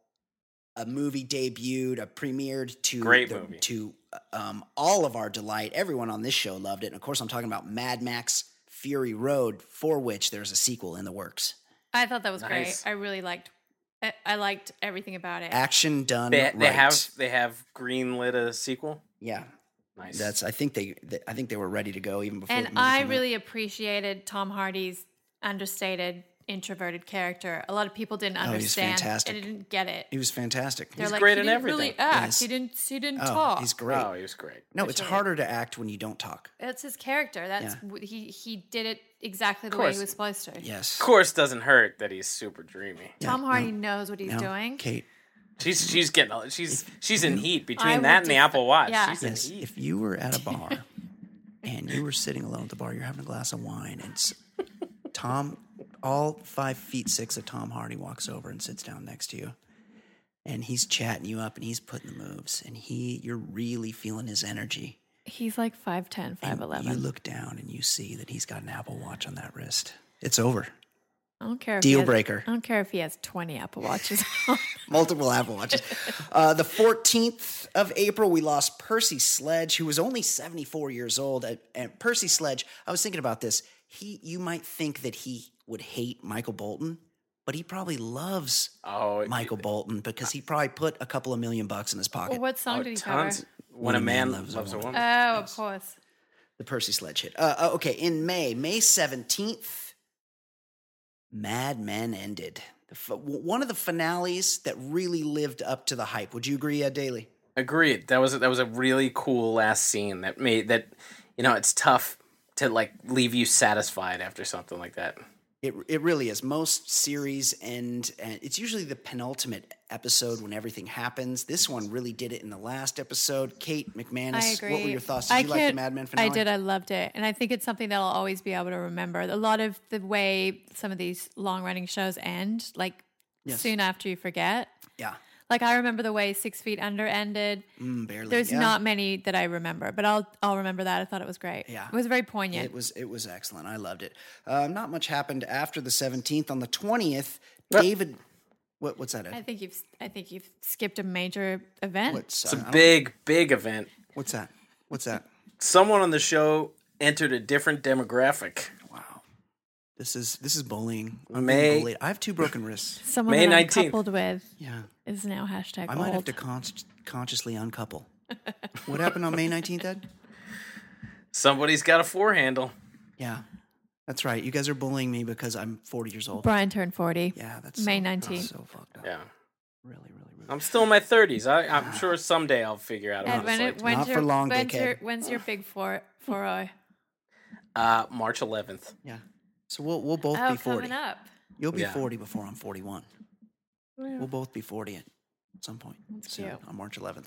a movie debuted, a premiered to
Great
the-
movie.
to um, all of our delight. Everyone on this show loved it, and of course, I'm talking about Mad Max Fury Road, for which there's a sequel in the works.
I thought that was
Nice.
great. I really liked. I, I liked everything about it.
Action done
They,
right.
they have they have greenlit a sequel.
yeah.
Nice.
That's I think they, th- I think they were ready to go even before.
and
the movie
I
came out.
really appreciated Tom Hardy's understated introverted character. A lot of people didn't
Oh, he's
understand.
fantastic.
They didn't get it.
he was fantastic.
They're
He's
like,
great
he
in
didn't
everything."
really act.
Yes.
He didn't. He didn't
oh,
talk.
he's great.
oh, he was great.
no, it's
Absolutely.
harder to act when you don't talk.
That's his character. That's wh- he. He did it exactly the way
course.
he was supposed to.
Yes.
Of course, doesn't hurt that he's super dreamy.
Tom
Yeah,
Hardy knows what he's
Now,
doing.
Kate.
She's she's getting all- she's she's in heat
I
between
would
that and the
def-
Apple Watch.
yeah.
She's in
Yes,
heat.
if you were at a bar and you were sitting alone at the bar, you're having a glass of wine, and s- Tom, all five feet six of Tom Hardy walks over and sits down next to you, and he's chatting you up, and he's putting the moves, and he, you're really feeling his energy.
He's like 5'10",
And You
5'11".
look down and you see that he's got an Apple Watch on that wrist. It's over.
I don't care. If he
Deal
has,
breaker.
I don't care if he has twenty Apple *laughs* Watches.
Multiple Apple Watches. Uh, the 14th of April, we lost Percy Sledge, who was only 74 years old. And, and Percy Sledge, I was thinking about this. He, you might think that he would hate Michael Bolton, but he probably loves
Oh, it-
Michael Bolton because he probably put a couple of million bucks in his pocket.
well, what song
oh,
did he
tons.
cover?
When a man loves, a woman.
Oh, of course.
The Percy Sledge hit. Uh, uh, okay, in May, May 17th, Mad Men ended. The f- one of the finales that really lived up to the hype. Would you agree, Ed Daly?
Agreed. That was a, that was a really cool last scene that made that you know it's tough to like leave you satisfied after something like that.
It, it really is. Most series end, and it's usually the penultimate episode when everything happens. This one really did it in the last episode. Kate
I
McManus,
agree.
what were your thoughts? Did
I
you like the
can't-
Mad Men finale?
I did. I loved it, and I think it's something that I'll always be able to remember. A lot of the way some of these long-running shows end, like
Yes.
soon after you forget.
yeah,
Like I remember the way Six Feet Under ended.
Mm, barely.
There's
Yeah.
not many that I remember, but I'll I'll remember that. I thought it was great.
Yeah.
it was very poignant.
It was it was excellent. I loved it. Um, not much happened after the seventeenth. On the twentieth, David. What what's that?
I
Ed?
think you've I think you've skipped a major event.
What's
It's
uh,
a
I don't-
big big event.
What's that? What's that?
Someone on the show entered a different demographic.
Wow. This is this is bullying. I'm
May-
being bullied. I have two broken wrists.
Someone
May
that I'm
19th.
coupled with
Yeah.
is now hashtag
I might have
old.
to con- consciously uncouple. what happened on May 19th, Ed?
Somebody's got a four handle.
Yeah. That's right. You guys are bullying me because I'm 40 years old.
Brian turned 40.
Yeah, that's
May
so,
19th.
So fucked up.
Yeah,
Really, really, really.
I'm still in my 30s. I, I'm sure someday I'll figure out how
Ed,
to
when it,
like.
when's
Not for
your,
long,
when's
dickhead.
your, when's your big four, four oh?
Uh, March 11th.
Yeah. So we'll we'll both
Oh,
be 40.
coming up.
You'll be
Yeah.
40 before I'm 41. We'll both be 40 at some point soon,
cute.
on March 11th.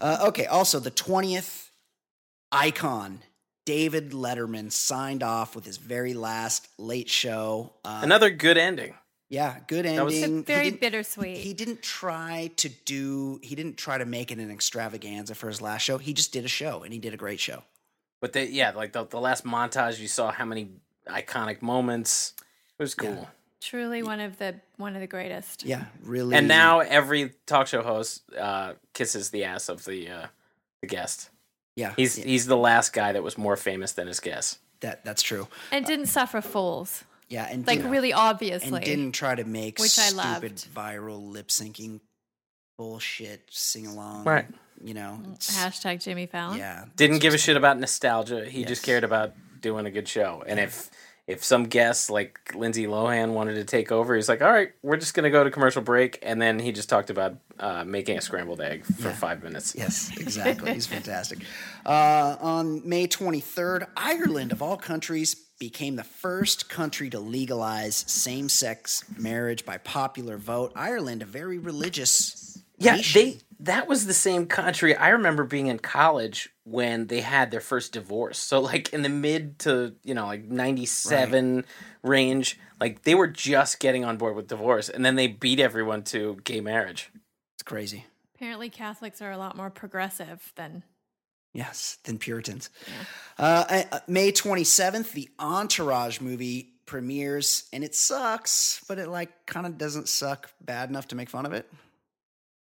Uh, okay, also the 20th icon, David Letterman, signed off with his very last late show. Uh,
Another good ending.
yeah, good ending.
was- It's a
He
Very
didn't-
bittersweet.
He didn't try to do, he didn't try to make it an extravaganza for his last show. He just did a show and he did a great show.
But they, yeah, like the, the last montage, you saw how many iconic moments. It was cool.
Truly one of the one of the greatest.
Yeah, really.
And now every talk show host uh, kisses the ass of the uh, the guest.
yeah,
He's
yeah,
he's the last guy that was more famous than his guest.
that, that's true.
And didn't suffer fools.
uh, Yeah, and
Like
didn't-
really obviously.
and didn't try to make
Which I
stupid
loved.
viral lip syncing bullshit sing along.
Right.
You know.
Mm.
it's-
Hashtag Jimmy Fallon.
yeah.
Didn't give a shit about nostalgia. He
Yes.
just cared about doing a good show. And if if some guest like Lindsay Lohan wanted to take over, he's like, "All right, we're just gonna go to commercial break." And then he just talked about uh, making a scrambled egg for five minutes. *laughs*
Yes, exactly. He's fantastic. Uh, on May 23rd, Ireland, of all countries, became the first country to legalize same sex marriage by popular vote. Ireland, a very religious
Yeah,
nation.
they that was the same country. I remember being in college when they had their first divorce. So like in the mid to, you know, like 97 range, like they were just getting on board with divorce and then they beat everyone to gay marriage.
It's crazy.
Apparently, Catholics are a lot more progressive than
Yes, than Puritans. Uh, I- uh, May 27th, the Entourage movie premieres, and it sucks, but it like kind of doesn't suck bad enough to make fun of it.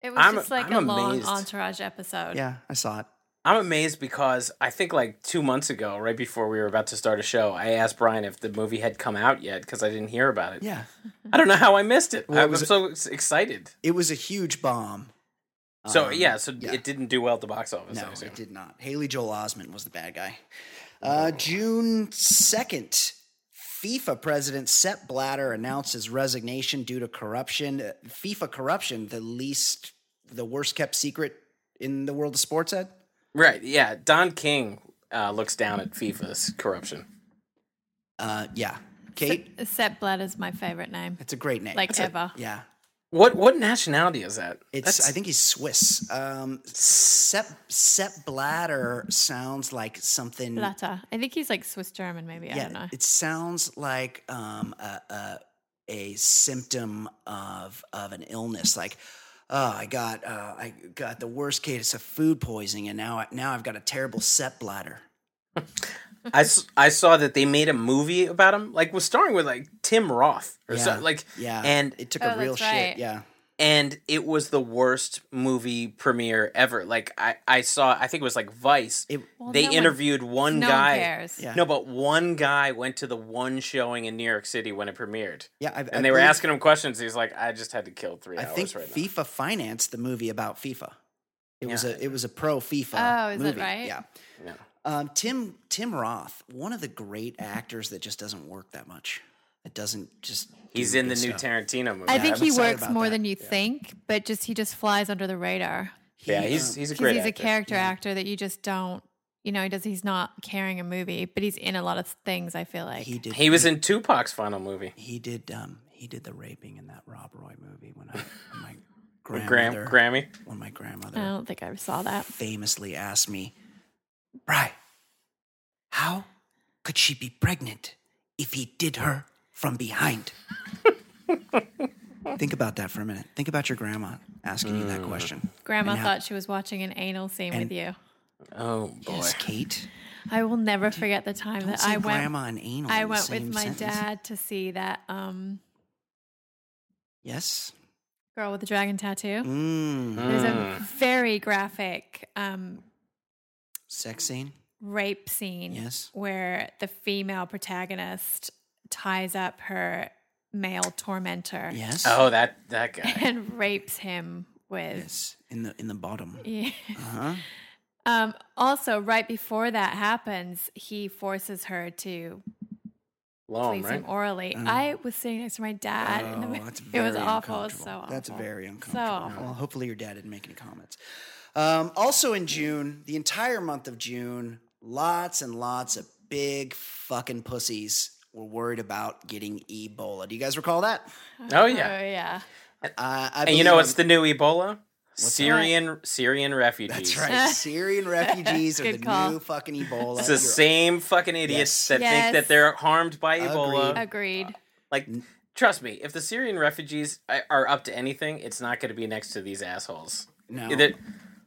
it was
I'm-
just like
I'm
a long
amazed.
entourage episode.
Yeah, I saw it.
I'm amazed because I think like 2 months ago, right before we were about to start a show, I asked Brian if the movie had come out yet cuz I didn't hear about it.
Yeah,
I don't know how I missed it.
Well,
I
it was-
was so ex- excited.
it was a huge bomb.
So
Um,
yeah, so it didn't do well at the box office. I
No,
assume.
it did not. Haley Joel Osment was the bad guy. Uh, June 2nd, FIFA president Sepp Blatter announced his resignation due to corruption. Uh, FIFA corruption, the least, the worst kept secret in the world of sports, Ed?
Right. Yeah. Don King uh, looks down at FIFA's corruption.
Uh, yeah. Kate,
Sepp Blatter's my favorite name,
it's a great name.
like ever.
yeah.
What What nationality is that?
It's,
That's-
I think he's Swiss. Um, Sepp, Sepp Blatter sounds like something.
Blatter. I think he's like Swiss German, maybe. I don't know.
It sounds like um, a, a, a symptom of of an illness. Like, oh, I got uh, I got the worst case of food poisoning, and now I, now I've got a terrible set bladder.
I, s- I saw that they made a movie about him, like was starring with like Tim Roth or
Yeah.
something. Like
Yeah,
and
it took
Oh,
a real
that's
shit.
right.
Yeah,
and it was the worst movie premiere ever. Like I I saw I think it was like Vice.
it
Well,
they
no one-
interviewed one
no
guy.
One cares.
yeah
No, but one guy went to the one showing in New York City when it premiered,
yeah. I,
and they were asking him questions. He's like, "I just had to kill three
I
hours
think
right now."
FIFA financed the movie about FIFA. It was
Yeah.
a it was a pro FIFA.
Oh, is that
movie.
right?
Yeah.
Yeah.
Um, Tim Tim Roth, one of the great actors that just doesn't work that much. It doesn't just.
He's
do
in the
good
new
stuff.
Tarantino movie.
I
Yeah,
think
I'm
he
excited
works
about
more
that.
than you think, but just he just flies under the radar
Yeah,
He,
he's
um,
he's a
because
great
he's a
actor.
character
Yeah.
actor that you just don't. You know, he does. He's not carrying a movie, but he's in a lot of things. I feel like
He did.
He was in Tupac's final movie.
He did. Um, he did the raping in that Rob Roy movie when I when
*laughs*
my
Gram,
grandmother
Grammy.
when my grandmother
I don't think I saw that.
famously asked me, "Bry, how could she be pregnant if he did her
*laughs*
from behind?" Think about that for a minute. Think about your grandma asking you
Mm.
that question.
Grandma
And how-
thought she was watching an anal scene
and-
with you.
Oh boy.
Yes, Kate.
I will never forget the time
Don't
that
say
I went.
grandma and anal. in
I
the
went
same
with my
sentence.
dad to see that um,
Yes.
girl with the dragon tattoo.
Mm.
There's a
Mm.
very graphic um,
Sex scene.
rape scene
Yes.
where the female protagonist ties up her male tormentor
Yes.
Oh, that that guy.
*laughs* and rapes him with.
Yes. In the in the bottom.
*laughs* Yeah.
Uh huh.
Um, also, right before that happens, he forces her to
Long,
please
right?
him orally.
Mm.
I was sitting next to my dad, and
Oh,
the-
that's
it was
very
awful. It was so
uncomfortable.
awful.
That's very uncomfortable.
awful.
Well, hopefully your dad didn't make any comments. Um, also in June, the entire month of June, lots and lots of big fucking pussies were worried about getting Ebola. Do you guys recall that?
Oh
Oh
yeah.
yeah.
Uh, I
And you know
believe
what's the new Ebola?
that?
Syrian Syrian refugees.
*laughs*
That's right. Syrian refugees are the
Good call.
new fucking Ebola.
It's the same fucking idiots
Yes.
that think
Yes.
that they're harmed by Ebola.
Agreed.
Agreed.
Like, trust me, if the Syrian refugees a- are up to anything, it's not going to be next to these assholes.
No.
They're-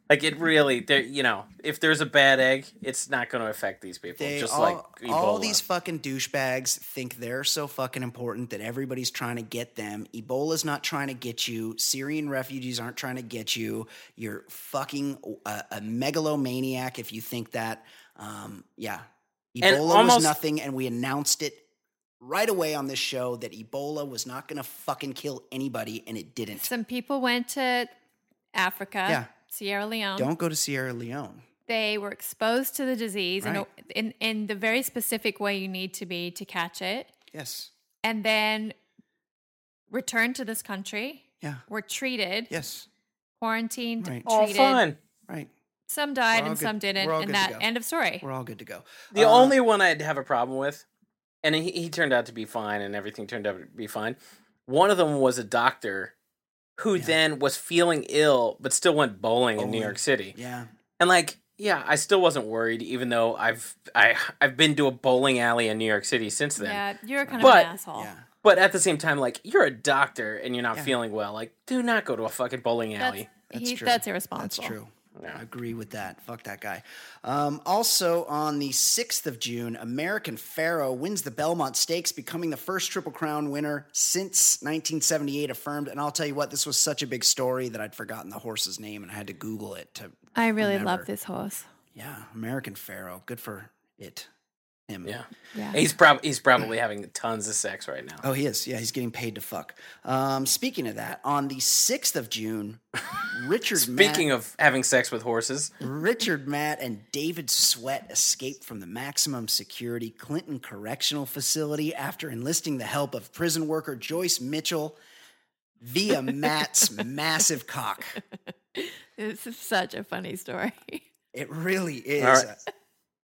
like it really, they're you know, if there's a bad egg, it's not going to affect these people.
They
just
all,
like Ebola.
all these fucking douchebags think they're so fucking important that everybody's trying to get them. Ebola's not trying to get you. Syrian refugees aren't trying to get you. You're fucking a, a megalomaniac if you think that. Um, yeah,
And
Ebola was
almost-
nothing, and we announced it right away on this show that Ebola was not going to fucking kill anybody, and it didn't.
Some people went to Africa,
Yeah.
Sierra Leone.
Don't go to Sierra Leone.
They were exposed to the disease in,
Right.
a- in in the very specific way you need to be to catch it,
Yes.
and then returned to this country.
Yeah.
Were treated,
Yes.
quarantined,
Right.
all
treated.
fun.
Right.
Some died
all
and
good-
some didn't,
we're all
and
good to
that
go.
end of story.
We're all good to go.
The
Uh,
only one I'd have a problem with, and he, he turned out to be fine, and everything turned out to be fine. One of them was a doctor who
Yeah.
then was feeling ill but still went bowling, in New
Bowling.
York City.
Yeah.
And like, yeah, I still wasn't worried, even though I've I I've been to a bowling alley in New York City since then.
Yeah, you're kind
But-
of an asshole.
Yeah.
But at the same time, like you're a doctor and you're not
Yeah.
feeling well, like do not go to a fucking bowling
That's,
alley.
That's
he-
true.
that's
That's
irresponsible.
true.
Yeah.
I agree with that. Fuck that guy. Um, also, on the 6th of June, American Pharaoh wins the Belmont Stakes, becoming the first Triple Crown winner since 1978, affirmed. And I'll tell you what, this was such a big story that I'd forgotten the horse's name and I had to Google it to,
I really love
Remember.
this horse.
yeah, American Pharaoh. Good for it. Him.
Yeah.
Yeah.
He's probably he's probably having tons of sex right now.
Oh, he is. Yeah, he's getting paid to fuck. Um, speaking of that, on the 6th of
*laughs*
June, Richard Mack-
Speaking of having sex with horses,
Richard Matt and David Sweat escaped from the maximum security Clinton Correctional Facility after enlisting the help of prison worker Joyce Mitchell via
*laughs*
Matt's massive cock.
This is such a funny story. *laughs*
It really is.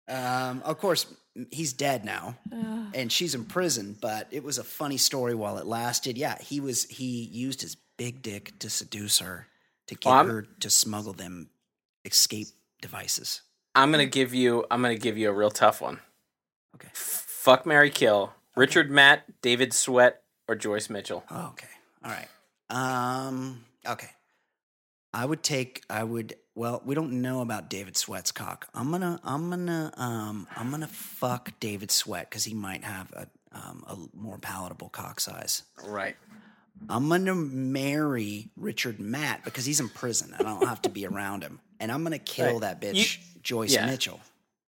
Um, of course, he's dead now
Ugh.
and she's in prison, but it was a funny story while it lasted. Yeah, he was he used his big dick to seduce her to get
Well, I'm-
her to smuggle them escape devices.
I'm gonna give you I'm gonna give you a real tough one.
Okay.
F- Fuck Mary Kill, Richard Matt, David Sweat, or Joyce Mitchell.
Oh, okay. All right. Um, okay. I would take I would well, we don't know about David Sweat's cock. I'm gonna I'm gonna um I'm gonna fuck David Sweat because he might have a um a more palatable cock size.
Right.
I'm gonna marry Richard Matt because he's in prison and I don't have to be around him. And I'm gonna kill
Right.
that bitch,
You-
Joyce
yeah.
Mitchell.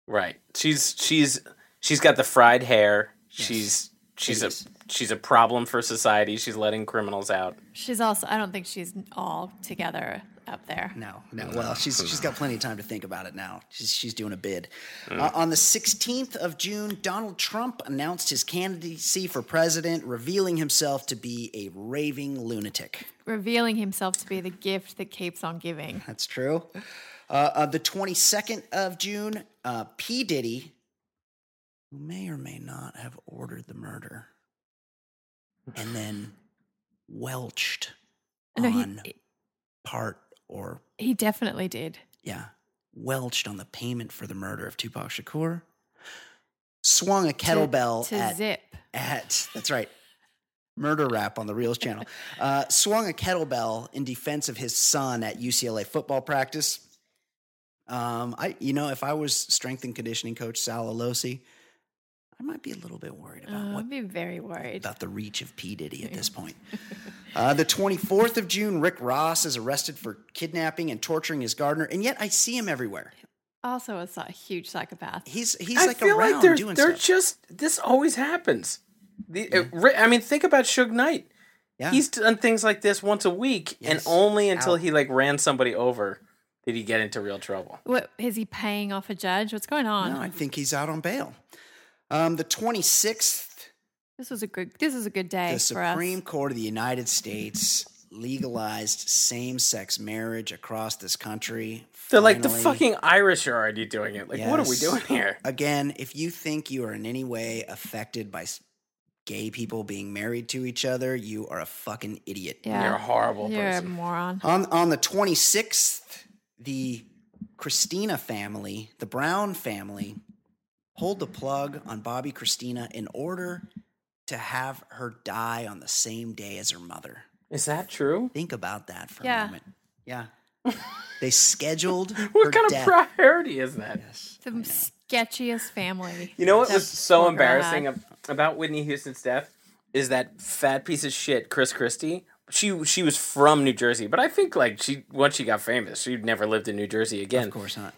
Right. She's she's she's got the fried hair. She's she's a
Hideous.
she's a problem for society. She's letting criminals out.
She's also, I don't think she's all together up there.
No, no. Well, she's she's got plenty of time to think about it now. She's she's doing a bid. Uh, on the 16th of June, Donald Trump announced his candidacy for president, revealing himself to be a raving lunatic.
Revealing himself to be the gift that keeps on giving.
That's true. Uh, uh, the 22nd of June, uh, P Diddy, who may or may not have ordered the murder, and then welched
No,
on
he,
part or
he definitely did.
yeah, welched on the payment for the murder of Tupac Shakur, swung a kettlebell
to, to
at,
zip.
at, that's right, murder rap on the Reels channel, uh, swung a kettlebell in defense of his son at UCLA football practice. Um, I, you know, if I was strength and conditioning coach Sal Alosi, I might be a little bit worried about
Oh,
what
I'd be very worried.
about the reach of P. Diddy at this point. Uh, the 24th of June, Rick Ross is arrested for kidnapping and torturing his gardener, and yet I see him everywhere.
Also, a psy- huge psychopath.
He's he's
I
like
feel
around
like they're
doing
they're
stuff.
just this always happens. The, uh, ri I mean, think about Suge Knight.
yeah.
He's done things like this once a week, and
Yes.
only until
Ow.
he like ran somebody over did he get into real trouble.
What is he paying off a judge? What's going on?
no, I think he's out on bail. Um, the 26th,
This was a good. This is a good day
the
for us.
Supreme Court of the United States legalized same-sex marriage across this country.
They're like the
Finally.
fucking Irish are already doing it. Like, what are we
Yes.
doing here?
Again, if you think you are in any way affected by s- gay people being married to each other, you are a fucking idiot.
Yeah,
You're a horrible
You're a
person.
moron.
On on the 26th, the Christina family, the Brown family, pulled the plug on Bobby Christina in order to have her die on the same day as her mother.
Is that true?
Think about that for
Yeah.
a moment. Yeah. they scheduled
*laughs* What
her
kind
death.
of priority is that?
Yes.
The sketchiest family.
You know what
That
was so
poor girl
embarrassing
had.
ab- about Whitney Houston's death is that fat piece of shit Chris Christie. She she was from New Jersey, but I think like she once she got famous, she never lived in New Jersey again.
Of course not.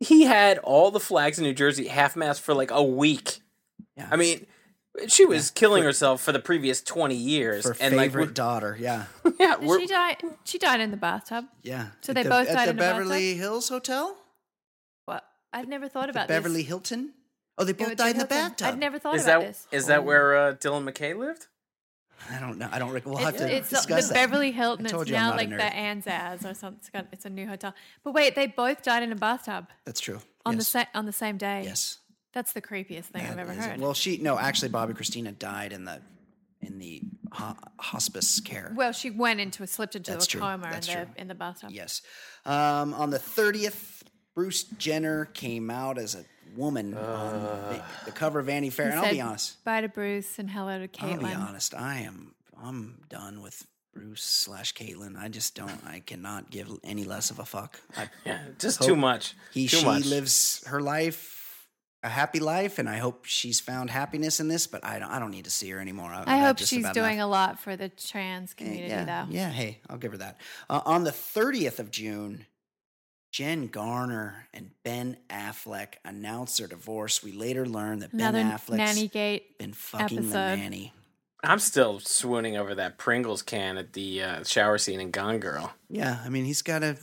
He had all the flags in New Jersey half mast for like a week.
Yeah.
I mean, she was killing herself for the previous twenty years,
Her
and like
favorite
we're-
daughter. *laughs* Yeah.
yeah,
Did
we're,
she died. She died in the bathtub.
Yeah.
So
At
they
the-
both
at
died
the
in a bathtub?
Beverly Hills Hotel?
What? I've never thought about
the Beverly
this.
Hilton? Oh, they both
Yeah,
died in the
Hilton.
bathtub.
I'd never thought
is
about
that
this.
is that where uh, Dylan McKay lived?
I don't know. I don't. rec- We'll have
It's,
to
it's the,
discuss that.
Beverly Hilton.
I told
It's
you I'm
now
not
like
a
the
nerd.
Anzaz or something. It's got- It's a new hotel. But wait, they both died in a bathtub
That's true.
on
yes.
the sa- on the same day.
Yes.
that's the creepiest thing I've
That
ever
is it.
heard.
Well, she no, actually, Bobby Christina died in the in the ho- hospice care.
Well, she went into a slipped into
That's
a
true.
coma in
That's
the,
true.
in the bathtub.
Yes. Um, on the 30th, Bruce Jenner came out as a woman on
Uh.
the, the cover of Vanity Fair.
He
And I'll be
said,
honest.
Bye to Bruce and hello to
I'll be
Caitlin.
honest. I am. I'm done with Bruce slash Caitlyn. I just don't. I cannot give any less of a fuck.
*laughs*
I,
Yeah, just
Hope
too much.
he
too
she
much.
lives her life, a happy life, and I hope she's found happiness in this. But I don't. I don't need to see her anymore. I,
I hope she's doing a lot for the trans community,
Eh, yeah,
though.
yeah. Hey, I'll give her that. Uh, on the 30th of June, Jen Garner and Ben Affleck announced their divorce. We later learned that
Another
Ben Affleck's
nanny gate.
been fucking the
episode.
nanny.
I'm still swooning over that Pringles can at the uh, shower scene in Gone Girl.
Yeah, I mean, he's got a.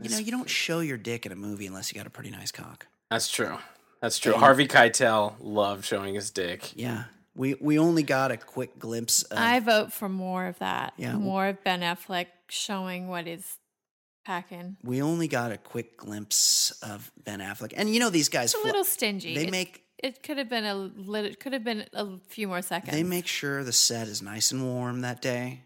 You know, you don't show your dick in a movie unless you got a pretty nice cock.
That's true. That's true.
And-
Harvey Keitel loved showing his dick.
Yeah, we we only got a quick glimpse of.
I vote for more of that.
Yeah.
More of Ben Affleck showing what he's packing.
we only got a quick glimpse of Ben Affleck, and you know these guys.
It's a
fl-
little stingy.
they
It-
make
it could have been a little. It could have been a few more seconds.
they make sure the set is nice and warm that day.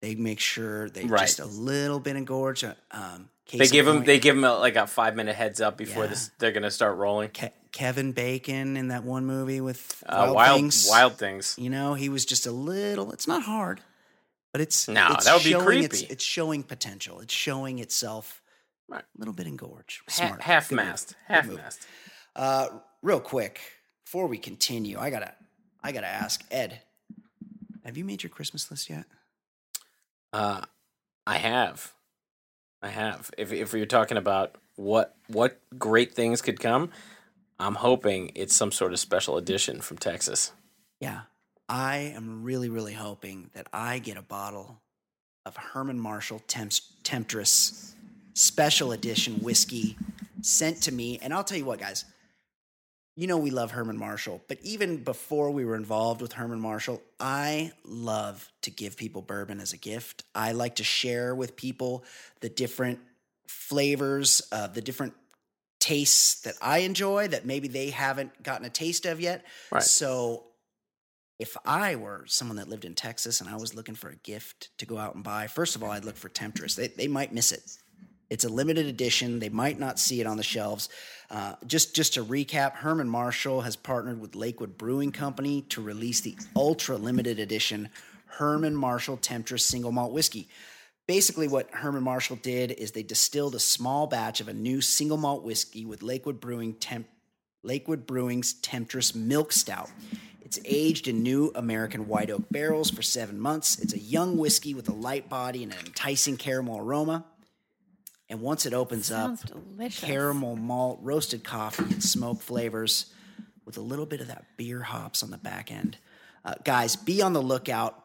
They make sure they
Right.
just a little bit of gorge. uh, Um, case
They
in
give him
point,
they give him a, like a five minute heads up before
Yeah.
this, they're gonna start rolling.
Ke- Kevin Bacon in that one movie with
Uh,
Wild,
wild
Things.
wild things.
You know, he was just a little. It's not hard, but it's
No,
It's
that would be
showing its-
creepy.
it's showing potential. It's showing itself. A
Right.
little bit engorged.
Ha-
Smart.
half
Good move.
mast.
Good
Half
move.
mast.
Uh, real quick, before we continue, I gotta, I gotta ask Ed. Have you made your Christmas list yet?
Uh, I have, I have. If if you're talking about what what great things could come, I'm hoping it's some sort of special edition from Texas.
Yeah. I am really, really hoping that I get a bottle of Herman Marshall Temps- Temptress special edition whiskey sent to me. And I'll tell you what, guys, you know we love Herman Marshall, but even before we were involved with Herman Marshall, I love to give people bourbon as a gift. I like to share with people the different flavors of the different tastes that I enjoy that maybe they haven't gotten a taste of yet.
Right.
So if I were someone that lived in Texas and I was looking for a gift to go out and buy, first of all, I'd look for Temptress. They, they might miss it. It's a limited edition. They might not see it on the shelves. Uh, just just to recap, Herman Marshall has partnered with Lakewood Brewing Company to release the ultra limited edition Herman Marshall Temptress single malt whiskey. Basically, what Herman Marshall did is they distilled a small batch of a new single malt whiskey with Lakewood Brewing Temp- Lakewood Brewing's Temptress Milk Stout. It's aged in new American white oak barrels for seven months. It's a young whiskey with a light body and an enticing caramel aroma. And once it opens up,
Sounds delicious.
caramel malt, roasted coffee, and smoke flavors with a little bit of that beer hops on the back end. Uh, guys, be on the lookout.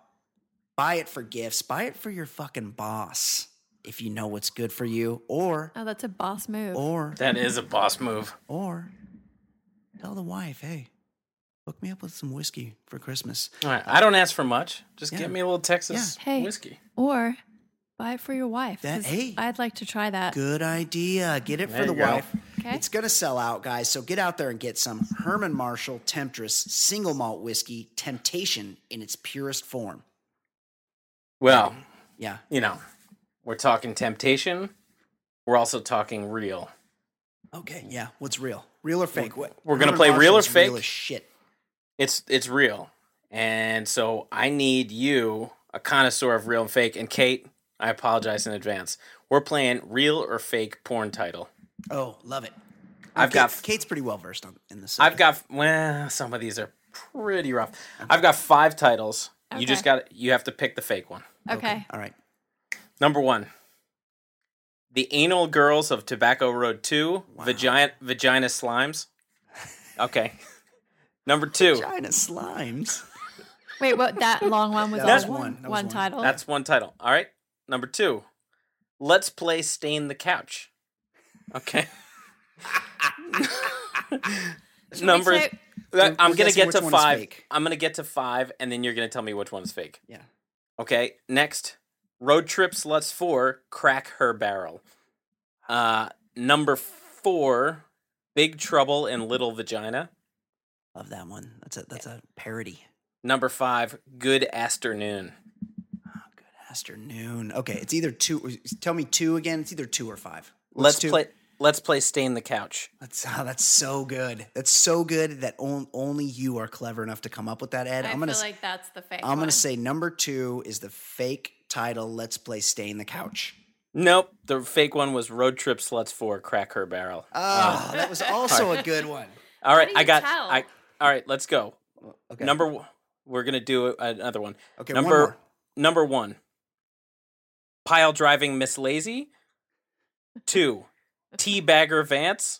Buy it for gifts. Buy it for your fucking boss if you know what's good for you, or
Oh, that's a boss move.
or
That is a boss move.
or tell the wife, hey, hook me up with some whiskey for Christmas.
All right, I don't ask for much. Just
Yeah.
get me a little Texas
Yeah.
Hey.
whiskey.
Or buy it for your wife.
That-
'cause
hey.
I'd like to try that.
Good idea. Get it
There
for the
you go.
wife.
Okay.
It's going to sell out, guys. So get out there and get some Herman Marshall Temptress single malt whiskey, Temptation in its purest form.
Well,
Yeah.
you know, we're talking temptation. We're also talking real.
Okay. Yeah. What's real? Real or fake? What?
we're gonna
Herman
play real or
Marshall's
fake?
as shit.
It's it's real, and so I need you, a connoisseur of real and fake. And Kate, I apologize in advance. We're playing real or fake porn title.
Oh, love it.
I've
Kate-
got
Kate's pretty well versed on in this.
I've got well, some of these are pretty rough. I've got five titles. You just
Okay.
got you have to pick the fake one.
okay.
All right.
Number one, the anal girls of Tobacco Road Two, vagina vagina slimes. Okay. Number two,
China slimes.
Wait, what?
*laughs*
That long one was
That was
all
one. That was
one
one.
title.
that's one title. All right. Number two, let's play stain the couch.
*laughs*
Okay. *laughs*
Should we
Number,
say-
We're-
I'm
we're
gonna
guessing
get to
which one is
five.
fake.
I'm gonna get to five, and then you're gonna tell me which one is fake.
Yeah.
Okay, next road trip sluts four crack her barrel. Uh, number four, big trouble in little vagina.
Love that one. That's a that's a parody.
Number five, good afternoon.
Afternoon. Okay, it's either two. Tell me two again. It's either two or five. What's
Let's
two?
play. Let's play stain the couch.
That's *laughs* oh, that's so good. That's so good that on, only you are clever enough to come up with that, Ed.
I
am gonna
feel
s-
like that's the fake.
I'm
one.
gonna say number two is the fake title. Let's play stain the couch.
Nope, the fake one was road trip sluts for crack her barrel.
Oh, that *laughs* was also a good one.
all right,
Uh, do
I
you
got.
tell?
I all right. Let's go.
Okay.
Number one. We're gonna do a- another one.
okay.
number
one more.
number one. Pile driving Miss Lazy.
*laughs*
Two. Tea bagger Vance.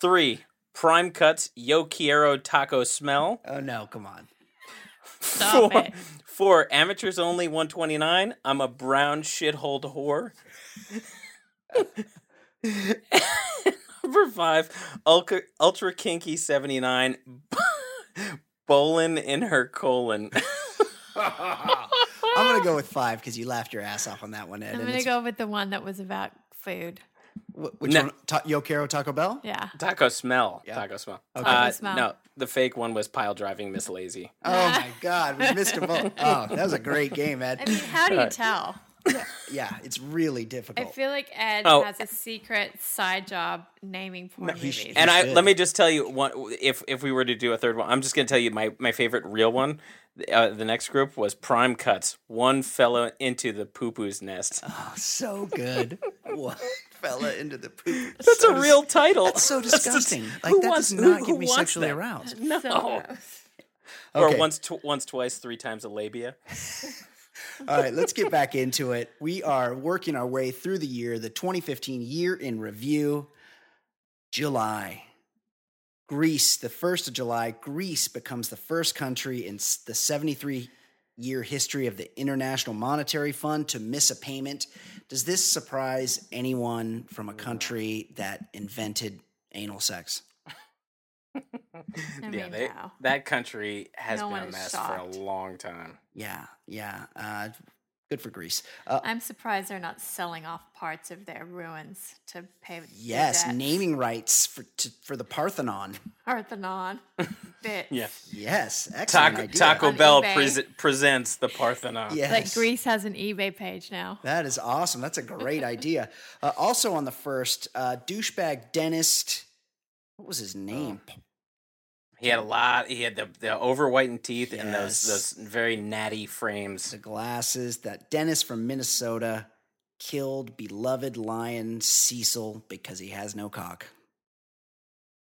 Three. Prime cuts Yo Quiero taco smell.
Oh no! Come on.
Stop
four,
it.
four amateurs only 129. I'm a brown shithole whore. *laughs* Number five, ultra, ultra kinky 79, *laughs* bowling in her colon. *laughs*
I'm gonna go with five because you laughed your ass off on that one, Ed.
I'm
and
gonna
it's-
go with the one that was about food.
wh- Which
No.
one? Ta- Yo Quiero Taco Bell.
Yeah.
Taco smell.
Yeah.
Taco smell. Uh,
Taco
smell.
No, the fake one was pile driving Miss Lazy.
Oh my God, we missed
*laughs*
them both. Oh, that was a great game, Ed.
I mean, how do you tell?
yeah, it's really
I
difficult.
feel like Ed
Oh.
has a secret side job naming porn
he sh-
movies.
and I
should.
let me just tell you one. If if we were to do a third one, I'm just going to tell you my my favorite real one. Uh, the next group was prime cuts. One fella into the poo poo's nest.
Oh, so
*laughs*
good. One *laughs* fella into the poop.
That's a real
*laughs*
title.
That's
*laughs*
so disgusting. Like
who
that
wants-
does
who-
not
who
get me
wants
sexually
that?
aroused.
no.
Okay.
Or once, tw- once, twice, three times a labia.
*laughs* All right, let's get back into it. We are working our way through the year, the 2015 year in review. July. Greece, the 1st of July, Greece becomes the first country in s- the 73 year history of the International Monetary Fund to miss a payment. Does this surprise anyone from a country that invented anal sex?
I
yeah,
mean,
they,
no.
that country has
No
been
one
a
is
mess
shocked.
for a long time.
Yeah, yeah. Uh, good for Greece. Uh,
I'm surprised they're not selling off parts of their ruins to pay. their
yes,
debts.
naming rights for, to, for the Parthenon. *laughs*
Parthenon. Bit.
Yeah.
Yes, excellent
Taco,
idea.
Taco
On
Bell
eBay.
prese- presents the Parthenon.
Yes.
Like Greece has an eBay page now.
That is awesome. That's a great idea. Uh, also on the first, uh, douchebag dentist. What was his name?
Oh.
He had a lot. He had the, the over whitened teeth and those
Yes.
those very natty frames.
The glasses. That dentist from Minnesota killed beloved lion Cecil because he has no cock.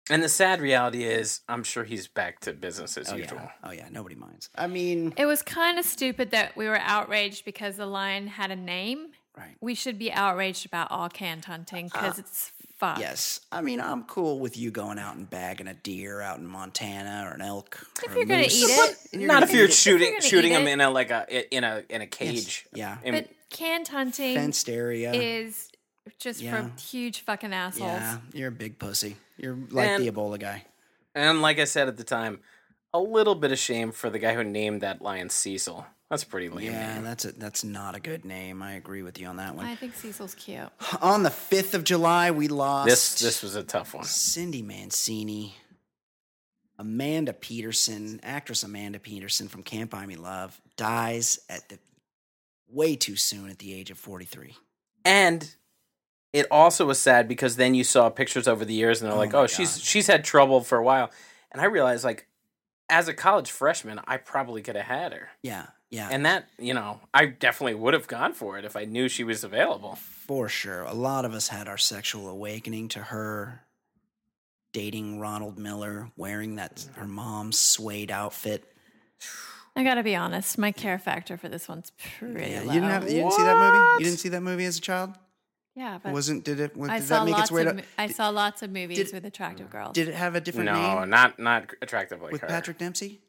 And the sad reality is, I'm sure he's back to business as
Oh
usual.
yeah. Oh yeah. Nobody minds. I mean,
It was kind of stupid that we were outraged because the lion had a name.
right.
We should be outraged about all canned hunting because it's fucked.
Uh, Yes. I mean, I'm cool with you going out and bagging a deer out in Montana or an elk. If
you're gonna eat it.
you're
Not
gonna
if you're
eat it.
shooting
gonna
shooting
eat
him
it.
in a like a in a in a cage.
Yeah.
In-
But canned hunting
Fenced area.
is just
Yeah.
for huge fucking assholes.
yeah. You're a big pussy. You're like
And-
the Ebola guy.
and like I said at the time, a little bit of shame for the guy who named that lion Cecil. That's a pretty lame.
Yeah,
name.
that's a, that's not a good name. I agree with you on that one.
I think Cecil's cute.
on the fifth of July, we lost
This this was a tough one.
Cindy Mancini, Amanda Peterson, actress Amanda Peterson from Can't Buy Me Love, dies at the way too soon at the age of forty three.
And it also was sad because then you saw pictures over the years and they're
Oh
like,
my
"Oh, she's she's had trouble for a while." And I realized like as a college freshman, I probably could have had her.
Yeah, yeah,
And that, you know, I definitely would have gone for it if I knew she was available.
for sure. A lot of us had our sexual awakening to her dating Ronald Miller, wearing that her mom's suede outfit.
I gotta be honest, my care factor for this one's pretty
Yeah,
low.
you didn't have you didn't see that movie. You didn't see that movie as a child.
yeah, but
wasn't did it?
I
Does
saw
that make
lots
its way
of
to?
mo- I saw lots of movies
did-
with attractive girls.
Did it have a different
no,
name
not not attractive like
with
her.
Patrick Dempsey?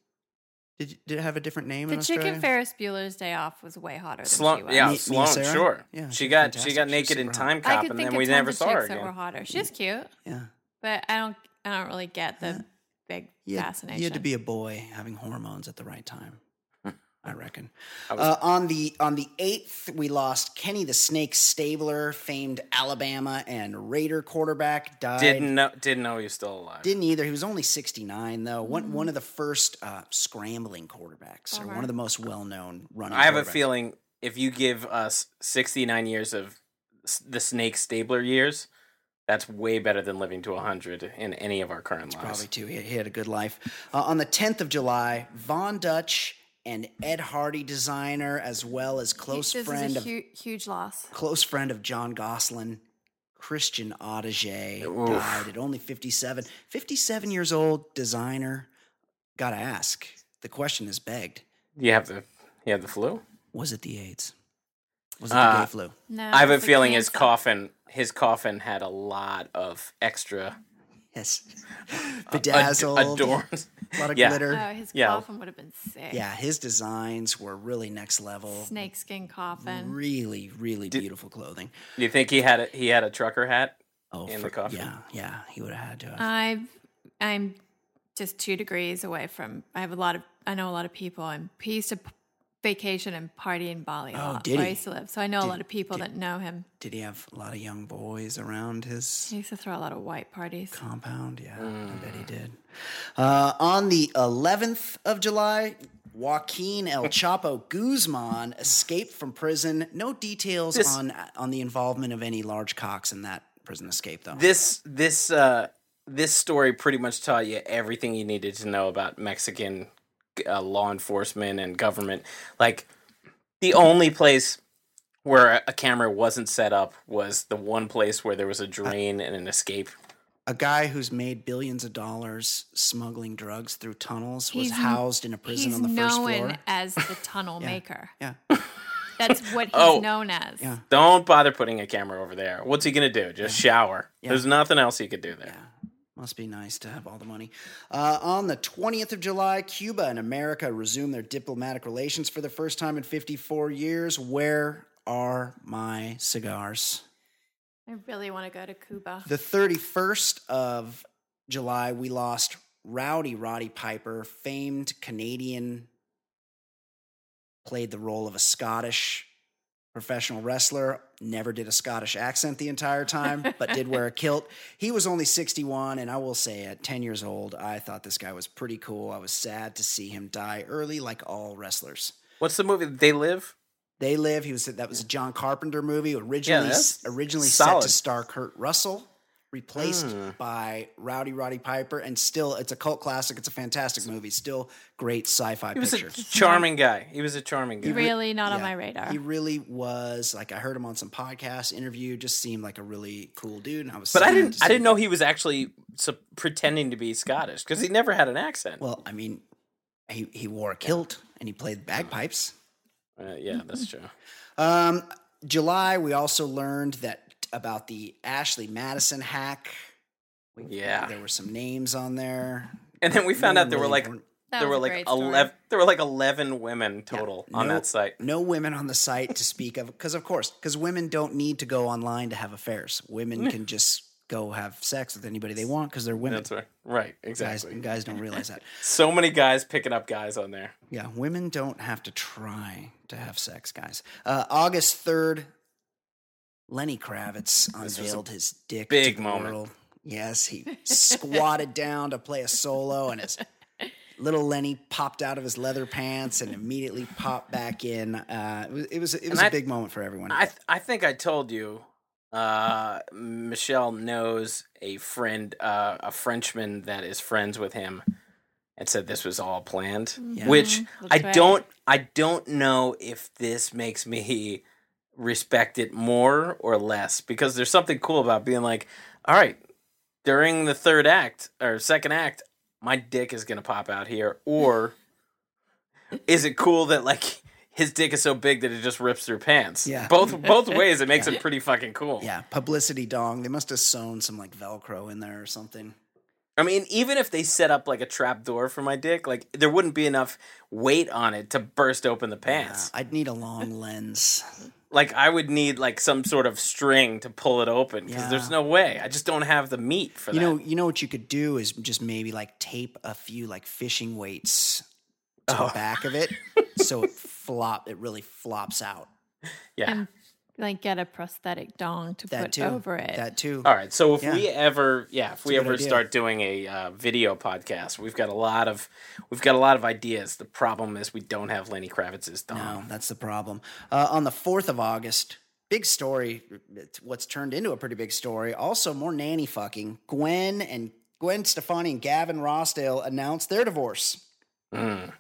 Did did it have a different name
the
in
chick
Australia?
in Ferris Bueller's Day Off was way hotter than she
Sloan,
was.
yeah,
Me-
Sloan,
Mia Sarah?
sure.
Yeah,
she
she's
got
fantastic.
she got
She's
naked in
super
Time
I
Cop,
could think
and then
of
we
tons
never
of
saw her
chicks that were
again.
hotter. She's cute,
Yeah,
but I don't, I don't really get the big
you had,
fascination.
*laughs*
you had to be a boy having hormones at the right time. I reckon.
I was-
Uh, on the on the eighth, we lost Kenny the Snake Stabler, famed Alabama and Raider quarterback. Died.
Didn't know. Didn't know he was still alive.
Didn't either. He was only 69, though. One,
Mm-hmm.
one of the first uh, scrambling quarterbacks, or
Bummer.
one of the most well known running
Uh-huh. I have a
quarterbacks.
feeling if you give us 69 years of s- the Snake Stabler years, that's way better than living to 100 in any of our current lives.
Probably too. He, he had a good life. Uh, on the 10th of July, Von Dutch and Ed Hardy designer, as well as close
this
friend
is a
of
hu- huge loss.
close friend of John Goslin, Christian Audige,
Oof.
died at only 57. 57 years old, designer. Gotta ask. The question is begged.
You have the you have the flu.
Was it the AIDS? Was it the
Uh,
gay flu?
No,
I have a
it's
feeling his
cancer.
coffin his coffin had a lot of extra *laughs*
Yes.
ad-
Bedazzled.
adorns. *laughs*
A lot of
Yeah.
glitter.
Oh, his
Yeah.
coffin would have been sick.
yeah, his designs were really next level.
Snakeskin coffin.
Really, really beautiful clothing.
Do you think he had a, he had a trucker hat?
Oh,
In the coffin.
Yeah, yeah, he would have had to. uh, Have.
I've, I'm just two degrees away from. I have a lot of. I know a lot of people. I'm he used to p- vacation and party in Bali. A
Oh,
lot,
did
where
he?
I used to live. So I know
Did-
a lot of people that know him.
Did he have a lot of young boys around his
He used to throw a lot of white parties.
compound? Yeah, I
Mm.
bet he did. Uh, on the 11th of July, Joaquin
*laughs*
El Chapo Guzman escaped from prison. No details
This-
on on the involvement of any large cocks in that prison escape, though.
This this uh this story pretty much taught you everything you needed to know about Mexican uh, law enforcement and government. Like the only place where a- a camera wasn't set up was the one place where there was a drain and an escape.
a guy who's made billions of dollars smuggling drugs through tunnels was
He's-
housed in a prison
He's
on the
known
first floor.
as
*laughs*
the tunnel maker.
Yeah,
That's what he's
Oh.
known as.
Yeah.
Don't bother putting a camera over there. What's he gonna do? Just shower. There's nothing else he could do there.
Must be nice to have all the money. Uh, on the 20th of July, Cuba and America resume their diplomatic relations for the first time in 54 years. Where are my cigars?
I really want to go to Cuba.
The 31st of July, we lost Rowdy Roddy Piper, famed Canadian, played the role of a Scottish professional wrestler, never did a Scottish accent the entire time, but did wear a kilt. He was only 61, and I will say, at 10 years old, I thought this guy was pretty cool. I was sad to see him die early, like all wrestlers.
What's the movie? They live.
They live. He was that was a John Carpenter movie originally
that's
originally set
solid. Hmm.
to star Kurt Russell, replaced by Rowdy Roddy Piper, and still it's a cult classic. It's a fantastic movie. Still great sci-fi
He was
picture.
a charming guy. He was a charming guy.
really not on
Yeah.
my radar.
He really was like I heard him on some podcast interview. Just seemed like a really cool dude, and I was.
But I
sad
didn't.
to
I
see-
didn't know he was actually su- pretending to be Scottish because he never had an accent.
Well, I mean, he he wore a kilt and he played bagpipes.
Uh, yeah,
*laughs*
that's true.
Um, July, we also learned that about the Ashley Madison hack.
Yeah.
There were some names on there.
And then we found
No
out there were
really
like
weren't-
That
there
was
were
a
like
great story.
eleven. There were like eleven women total on
no-
that site.
No women on the site to speak of, because of course, because women don't need to go online to have affairs. Women can just go have sex with anybody they want because they're women.
That's right. Right.
guys,
Exactly.
guys don't realize that.
So many guys picking up guys on there.
Yeah, women don't have to try to have sex, guys. Uh, August third, Lenny
*laughs*
Kravitz unveiled his dick. to
big
the
moment.
world. Yes,
*laughs*
he squatted down to play a solo, and his little Lenny popped out of his leather pants and immediately popped back in. Uh, it was it was, it was a
I-
big moment for everyone.
I th- I think I told you. Uh, Michelle knows a friend, uh, a Frenchman that is friends with him, and said this was all planned.
Yeah.
Which I
Mm-hmm. That's right.
don't, I don't know if this makes me respect it more or less because there's something cool about being like, all right, during the third act or second act, my dick is gonna pop out here,
*laughs*
or is it cool that like his dick is so big that it just rips through pants?
Yeah.
Both both ways, it makes it pretty fucking cool.
yeah, publicity dong. They must have sewn some like Velcro in there or something.
I mean, even if they set up like a trap door for my dick, like there wouldn't be enough weight on it to burst open the pants.
Uh, I'd need a long lens.
Like I would need like some sort of string to pull it open because
Yeah.
there's no way. I just don't have the meat for
You
that.
know, you know what you could do is
Oh. *laughs*
just maybe like tape a few like fishing weights to the back of it, so it flop. It really flops out.
Yeah.
And like get a prosthetic dong to
That
put
too.
over it.
That too.
All right. So if
Yeah.
we ever, yeah, if we
a good
ever
idea.
start doing a uh, video podcast, we've got a lot of, we've got a lot of ideas. The problem is we don't have Lenny Kravitz's dong.
No, that's the problem. Uh, on the 4th of August, big story, it's what's turned into a pretty big story. Also, more nanny fucking. Gwen and Gwen Stefani and Gavin Rossdale announced their divorce.
Mm.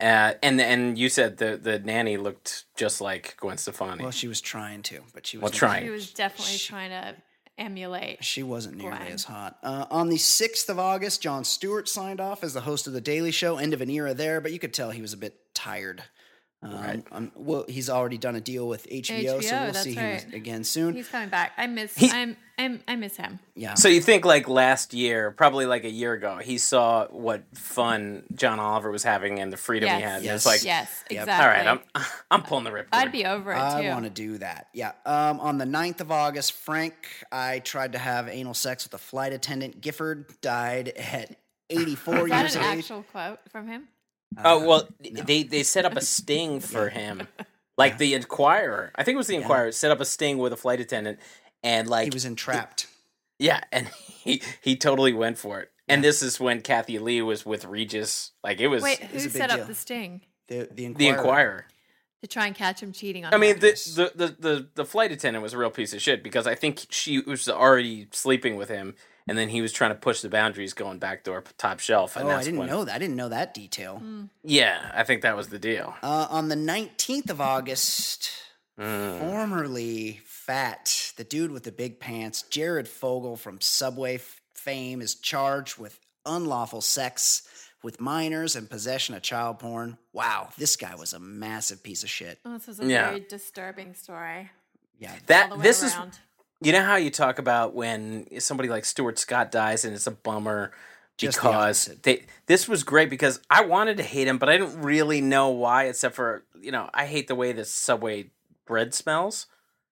Uh, and and you said the the nanny looked just like Gwen Stefani.
Well, she was trying to, but she was
Well, trying.
He was definitely trying to emulate.
She wasn't nearly
Gwen.
as hot. Uh, on the 6th of August, John Stewart signed off as the host of The Daily Show. End of an era there, but you could tell he was a bit tired. Um,
Right.
um, well, he's already done a deal with HBO, so
HBO,
we'll
that's
see him
right.
again soon.
He's coming back. I miss. I'm, I'm. I miss him.
yeah.
so you think like last year, probably like a year ago, he saw what fun John Oliver was having and the freedom he
Yes.
had. And
Yes.
it's like,
Yes,
Yep.
exactly.
all right, I'm *laughs* I'm pulling the ripcord.
I'd be over it too.
I want to do that. Yeah. Um, on the 9th of August, Frank, I tried to have anal sex with a flight attendant. Gifford died at
*laughs*
84
Is that
years
an
of age.
actual quote from him? *laughs*
Oh well, they they set up a sting for him, like the Inquirer. I think it was the Inquirer set up a sting with a flight attendant, and like
Uh, He was entrapped.
*laughs* yeah, and he he totally went for it. And this is when Kathy Lee was with Regis. Like it was
Wait,
is
who
a big
set
deal.
up the sting
The, the inquirer.
the Inquirer.
to try and catch him cheating on?
I mean,
her?
Yes.
the, the, the, the, the flight attendant was a real piece of shit because I think she was already sleeping with him, and then he was trying to push the boundaries going back to our top shelf. And
Oh, I
that's
didn't
when-
know that. I didn't know that
Hmm.
detail.
Yeah, I think that was the deal.
Uh, on the 19th of August,
Mm.
formerly fat, the dude with the big pants, Jared Fogle from Subway f- fame, is charged with unlawful sex with minors and possession of child porn. Wow, this guy was a massive piece of shit.
Oh, this was a
Yeah.
very disturbing story.
Yeah.
All the
That
way
this is
around.
You know how you talk about when somebody like Stuart Scott dies and it's a bummer
Just the
because
opposite.
they, this was great because I wanted to hate him, but I didn't really know why, except for, you know, I hate the way the subway bread smells.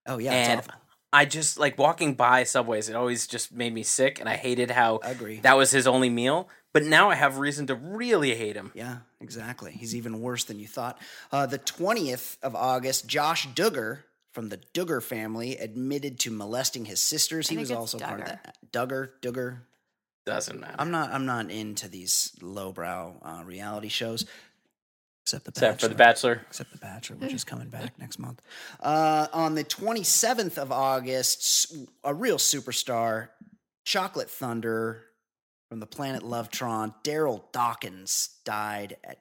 Oh, yeah,
and
it's awful.
I just like walking by subways, it always just made me sick. And I hated how
Agree.
that was his only meal. But now I have reason to really hate him.
Yeah, exactly. He's even worse than you thought. Uh, the 20th of August, Josh Duggar from the Duggar family admitted to molesting his
I
sisters. He
think
was
it's
also part of
Duggar.
that. Duggar, Duggar.
Doesn't matter.
I'm not. I'm not into these lowbrow uh, reality shows, except the
except
Bachelor.
for The Bachelor.
Except the Bachelor, which is coming back next month. Uh, on the 27th of August, s- a real superstar, Chocolate Thunder from the planet Lovetron, Daryl Dawkins died at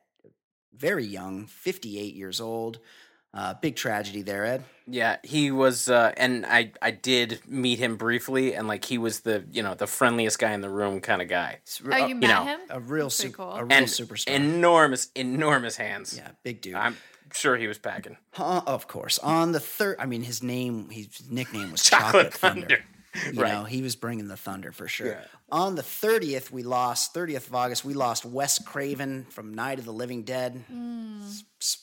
very young, 58 years old. Uh, big tragedy there, Ed.
Yeah, he was, uh, and I I did meet him briefly, and like he was the you know the friendliest guy in the room kind of guy.
It's
Oh,
re-
you,
a,
met
uh, know,
him?
a real,
That's pretty
su-
cool.
a real
and
superstar.
enormous enormous hands.
yeah, big dude.
I'm sure he was packing
Huh, of course. On the third, I mean, his name, his nickname was
*laughs* chocolate,
Chocolate, Thunder.
thunder.
You
Right.
know, he was bringing the thunder for sure.
Yeah.
On the 30th, we lost, 30th of August, we lost Wes Craven from Night of the Living Dead.
Hmm.
S- s-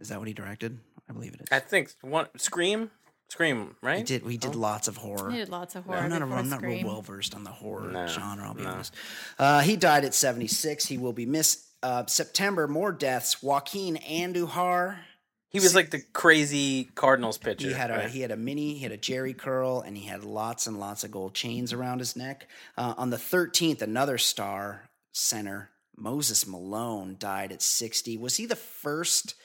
Is that what he directed? I believe it is.
I think one scream, scream, right?
he did, we
Oh.
did lots of horror.
He did lots of horror.
I'm not, a,
before
I'm not real
Scream.
well versed on the horror
No,
genre, I'll be
no.
honest. Uh, he died at 76. He will be missed. Uh, September, more deaths. Joaquin Andujar.
He was like the crazy Cardinals pitcher.
He had a
right?
he had a mini, he had a jerry curl, and he had lots and lots of gold chains around his neck. Uh, on the thirteenth, another star center, Moses Malone, died at sixty. Was he the first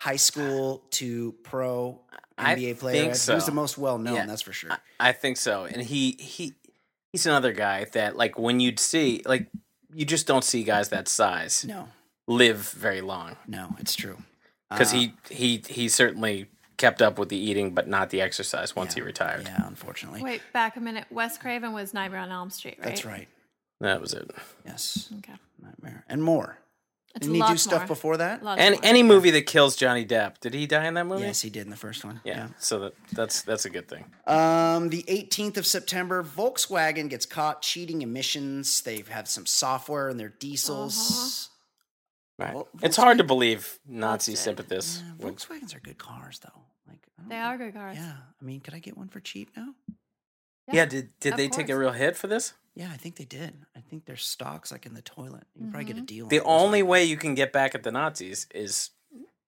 high school to pro
I
NBA player?
think
He was the
so.
most well known,
Yeah.
that's for sure.
I, I think so, and he he he's another guy that like when you'd see like you just don't see guys that size
no,
live very long
no, it's true.
because
Uh,
he he he certainly kept up with the eating but not the exercise once he retired.
yeah, unfortunately,
Wait, back a minute. Wes Craven was Nightmare on Elm Street, right?
that's right.
That was it.
Yes,
Okay.
nightmare and more.
It's
Didn't he do
lots
stuff
more.
before that?
Lots
And
more.
any movie that kills Johnny Depp, did he die in that movie?
Yes, he did in the first one.
Yeah. So that that's that's a good thing.
Um, the 18th of September, Volkswagen gets caught cheating emissions. They have some software in their diesels.
Right.
Well,
it's hard to believe Nazi
That's it.
sympathists.
Yeah,
would-
Uh, Volkswagens are good cars, though. Like I don't
Uh-huh. They
know.
are good cars.
Yeah, I mean, could I get one for cheap now?
yeah. Did did
of
they take a
course.
real hit for this?
Yeah, I think they did. I think
Mm-hmm.
their stocks like in the toilet. You can probably get a deal. on
The
Volkswagen.
only way you can get back at the Nazis is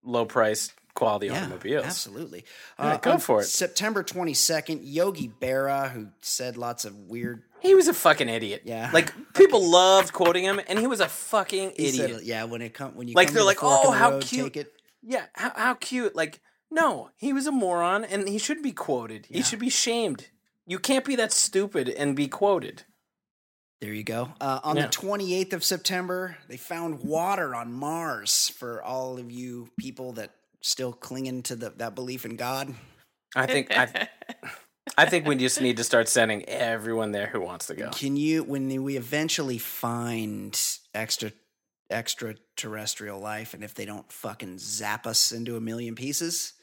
low priced quality
Yeah,
automobiles.
Absolutely. Uh,
Yeah, go
on
for it.
September 22nd, Yogi Berra, who said lots of weird.
He was a fucking idiot.
Yeah.
Like people loved quoting him, and he was a fucking
he said,
idiot.
yeah, when it come when you
Like,
come
they're
to the fork
like,
in
"Oh,
the
how
road,
cute."
Take it.
yeah. How, how cute. Like, no, he was a moron, and he should be quoted. He
Yeah.
should be shamed. You can't be that stupid and be quoted.
There you go. Uh, on
Yeah.
the 28th of September, they found water on Mars. For all of you people that still clinging to the, that belief in God,
I think I, I think we just need to start sending everyone there who wants to go.
can you? When we eventually find extra extraterrestrial life, and if they don't fucking zap us into a million pieces,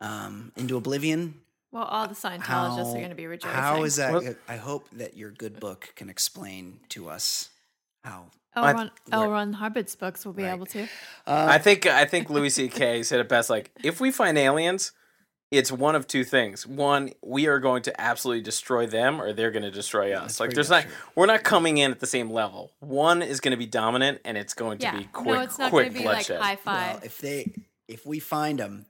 um, into oblivion,
*laughs* Well, all the Scientologists
How-
are going to be rejoicing.
How is that?
Well-
I hope that your good book can explain to us how.
L.
I-
Ron, L. Ron Hubbard's books will be
Right.
able to.
I think I think Louis C.K. said it best. Like, if we find aliens, it's one of two things: one, we are going to absolutely destroy them, or they're going to destroy us. like,
pretty
there's not
much
we're not coming in at the same level. One is going to be dominant, and it's going to
Yeah.
be quick,
no, it's not going
quick
to be like
bloodshed.
high five.
Well, if they, if we find them,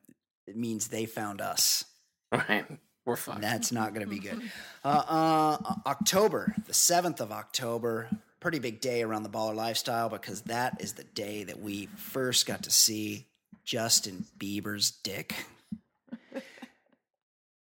it means they found us.
*laughs* right? We're fucked.
That's not going to be good.
mm-hmm.
Uh, uh, October, the 7th of October, pretty big day around the baller lifestyle because that is the day that we first got to see Justin Bieber's
*laughs*
dick.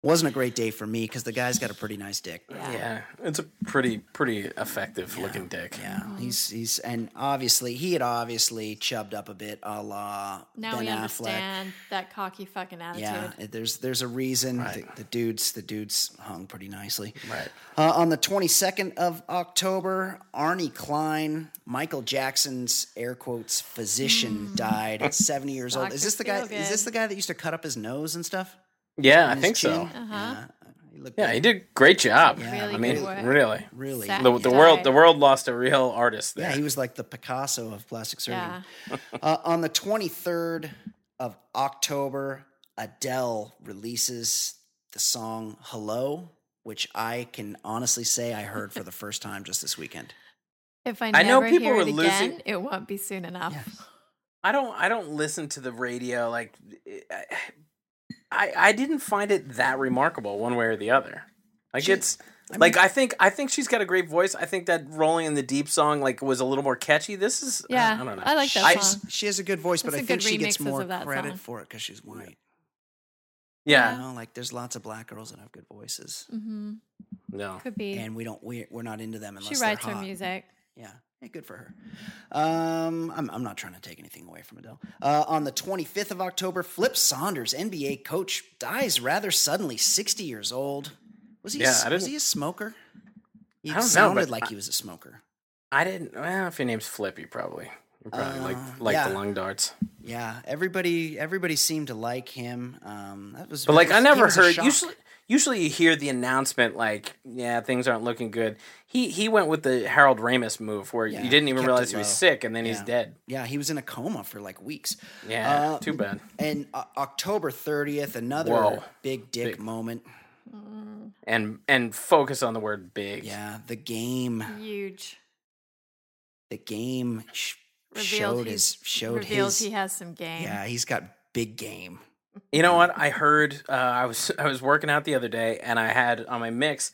Wasn't a great day for me because the guy's got a pretty nice dick.
yeah, it's a pretty pretty effective looking dick.
Yeah,
Mm-hmm.
he's he's and obviously he had obviously chubbed up a bit, a la
now
Ben
we
Affleck.
understand that cocky fucking attitude.
Yeah, it- there's there's a reason
Right.
the, the dudes the dudes hung pretty nicely.
Right.
Uh, on the 22nd of October, Arnie Klein, Michael Jackson's air quotes physician, died at 70 years old. Is
Dr.
this the guy?
Mm. Feelgood.
Is this the guy that used to cut up his nose and stuff?
Yeah, I
His
think so.
chin?
Uh-huh.
Yeah, he looked
Yeah,
good.
he did a great job.
Yeah,
Really
I mean,
good work.
really,
really.
Sack-
the, the
Yeah.
world the world lost a real artist there.
Yeah, he was like the Picasso of plastic surgery.
Yeah.
Uh, on the 23rd of October, Adele releases the song Hello, which I can honestly say I heard for the first time just this weekend.
If I,
I know
never
people
hear
were
it
losing-
again, it won't be soon enough.
I don't I don't listen to the radio like eh, I I I didn't find it that remarkable one way or the other. Like
She-
it's like I think I think she's got a great voice. I think that Rolling in the Deep song like was a little more catchy. This is
*laughs* Yeah,
I, don't know.
I like that
I-
song.
She has a good voice, but
That's
I
a
think
good
she gets
remixes
more
of that
credit
song.
for it because she's white. You
yeah.
know, like there's lots of black girls that have good voices,
hmm
No.
Could be.
and we don't we we're not into them unless
she
they're
writes her
hot.
music.
Yeah. Hey, good for her. Um, I'm, I'm not trying to take anything away from Adele. Uh, on the 25th of October, Flip Saunders, NBA coach, dies rather suddenly, 60 years old. Was he, a-
Yeah, I
was
didn't-
he a smoker? He
I don't know,
sounded
but
like
I-
he was a smoker.
I didn't well if your name's Flippy probably. You probably
Uh,
like like
yeah.
the lung darts.
Yeah, everybody everybody seemed to like him. Um, that was
But like
he
I
was- he
never
was a
heard
shock.
usually usually you hear the announcement like yeah things aren't looking good. He he went with the Harold Ramis move where
Yeah,
you didn't even
kept it
realize he was
low.
sick and then he's
Yeah.
dead.
Yeah, he was in a coma for like weeks.
Yeah,
Uh,
too bad.
And uh, October 30th, another
Whoa.
big dick moment.
Mm,
and and focus on the word big.
Yeah, the game.
Huge.
the game sh-
Revealed
showed
he's-
his showed
Reveals
his
he has some game.
yeah he's got big game
You know what? I heard. Uh, I was *laughs* I was working out the other day, and I had on my mix